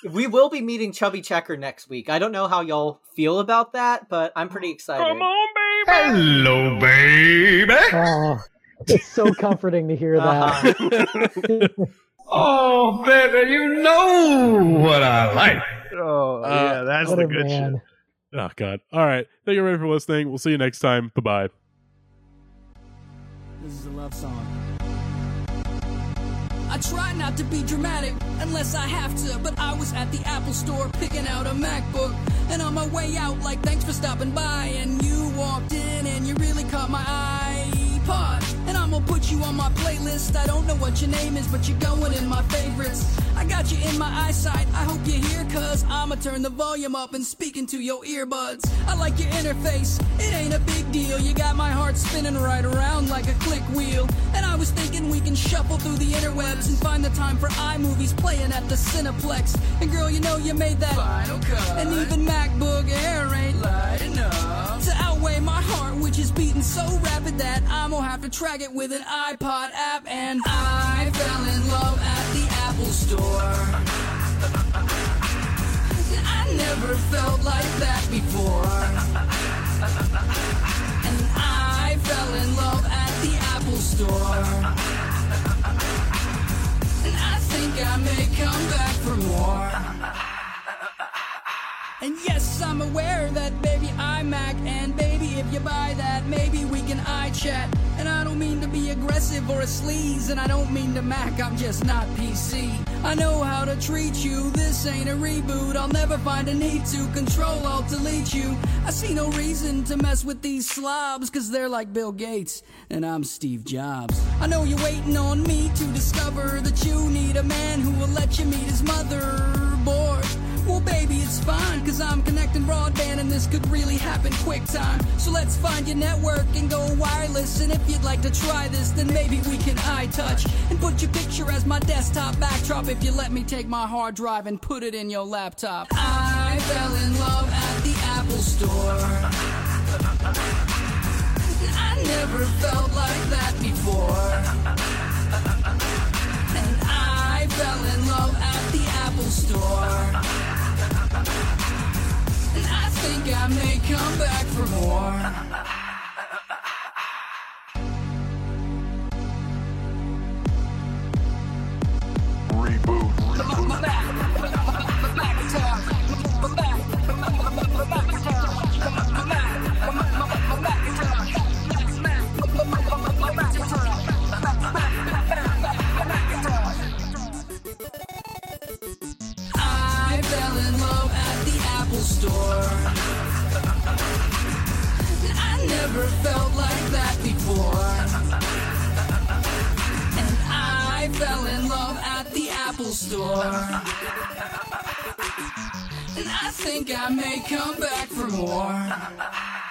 S4: we will be meeting Chubby Checker next week. I don't know how y'all feel about that, but I'm pretty excited.
S3: Come on, baby. Hello, baby.
S13: Oh, It's so comforting to hear
S4: Uh-huh.
S13: that.
S20: Oh, baby, you know what I like.
S3: Oh, yeah, that's
S13: what
S3: the
S13: a
S3: good
S13: man.
S3: shit.
S2: Oh God. All right. Thank you everybody for listening. We'll see you next time. Bye bye.
S21: This is a love song.
S8: I try not to be dramatic unless I have to, but I was at the Apple store picking out a MacBook. And on my way out, like, thanks for stopping by. And you walked in and you really caught my iPod. And I'm gonna put you on my playlist. I don't know what your name is, but you're going in my favorites. I got you in my eyesight. I hope you're here, cuz I'ma turn the volume up and speak into your earbuds. I like your interface, it ain't a big deal. You got my heart spinning right around like a click wheel. And I was thinking we can shuffle through the interwebs and find the time for iMovies playing at the Cineplex. And girl, you know you made that
S5: Final cut.
S8: And even MacBook Air ain't
S5: Light enough.
S8: to outweigh my heart, which is beating so rapid that I'm gonna have to track it with an iPod app. And I fell in love at the Apple Store. I never felt like that before. And I fell in love at the Apple Store. And I think I may come back for more. And yes, I'm aware that baby iMac and baby if you buy that, maybe we can iChat. And I don't mean to be aggressive or a sleaze, and I don't mean to Mac, I'm just not PC. I know how to treat you, this ain't a reboot, I'll never find a need to control, I'll delete you. I see no reason to mess with these slobs, cause they're like Bill Gates, and I'm Steve Jobs. I know you're waiting on me to discover that you need a man who will let you meet his motherboard. Well, baby, it's fine, cause I'm connecting broadband and this could really happen quick time. So let's find your network and go wireless. And if you'd like to try this, then maybe we can iTouch and put your picture as my desktop backdrop if you let me take my hard drive and put it in your laptop. I fell in love at the Apple Store. I never felt like that before. And I fell in love at the Apple Store. And I think I may come back for more. I fell in love at the Apple Store. I never felt like that before. And I fell in love at the Apple Store. And I think I may come back for more.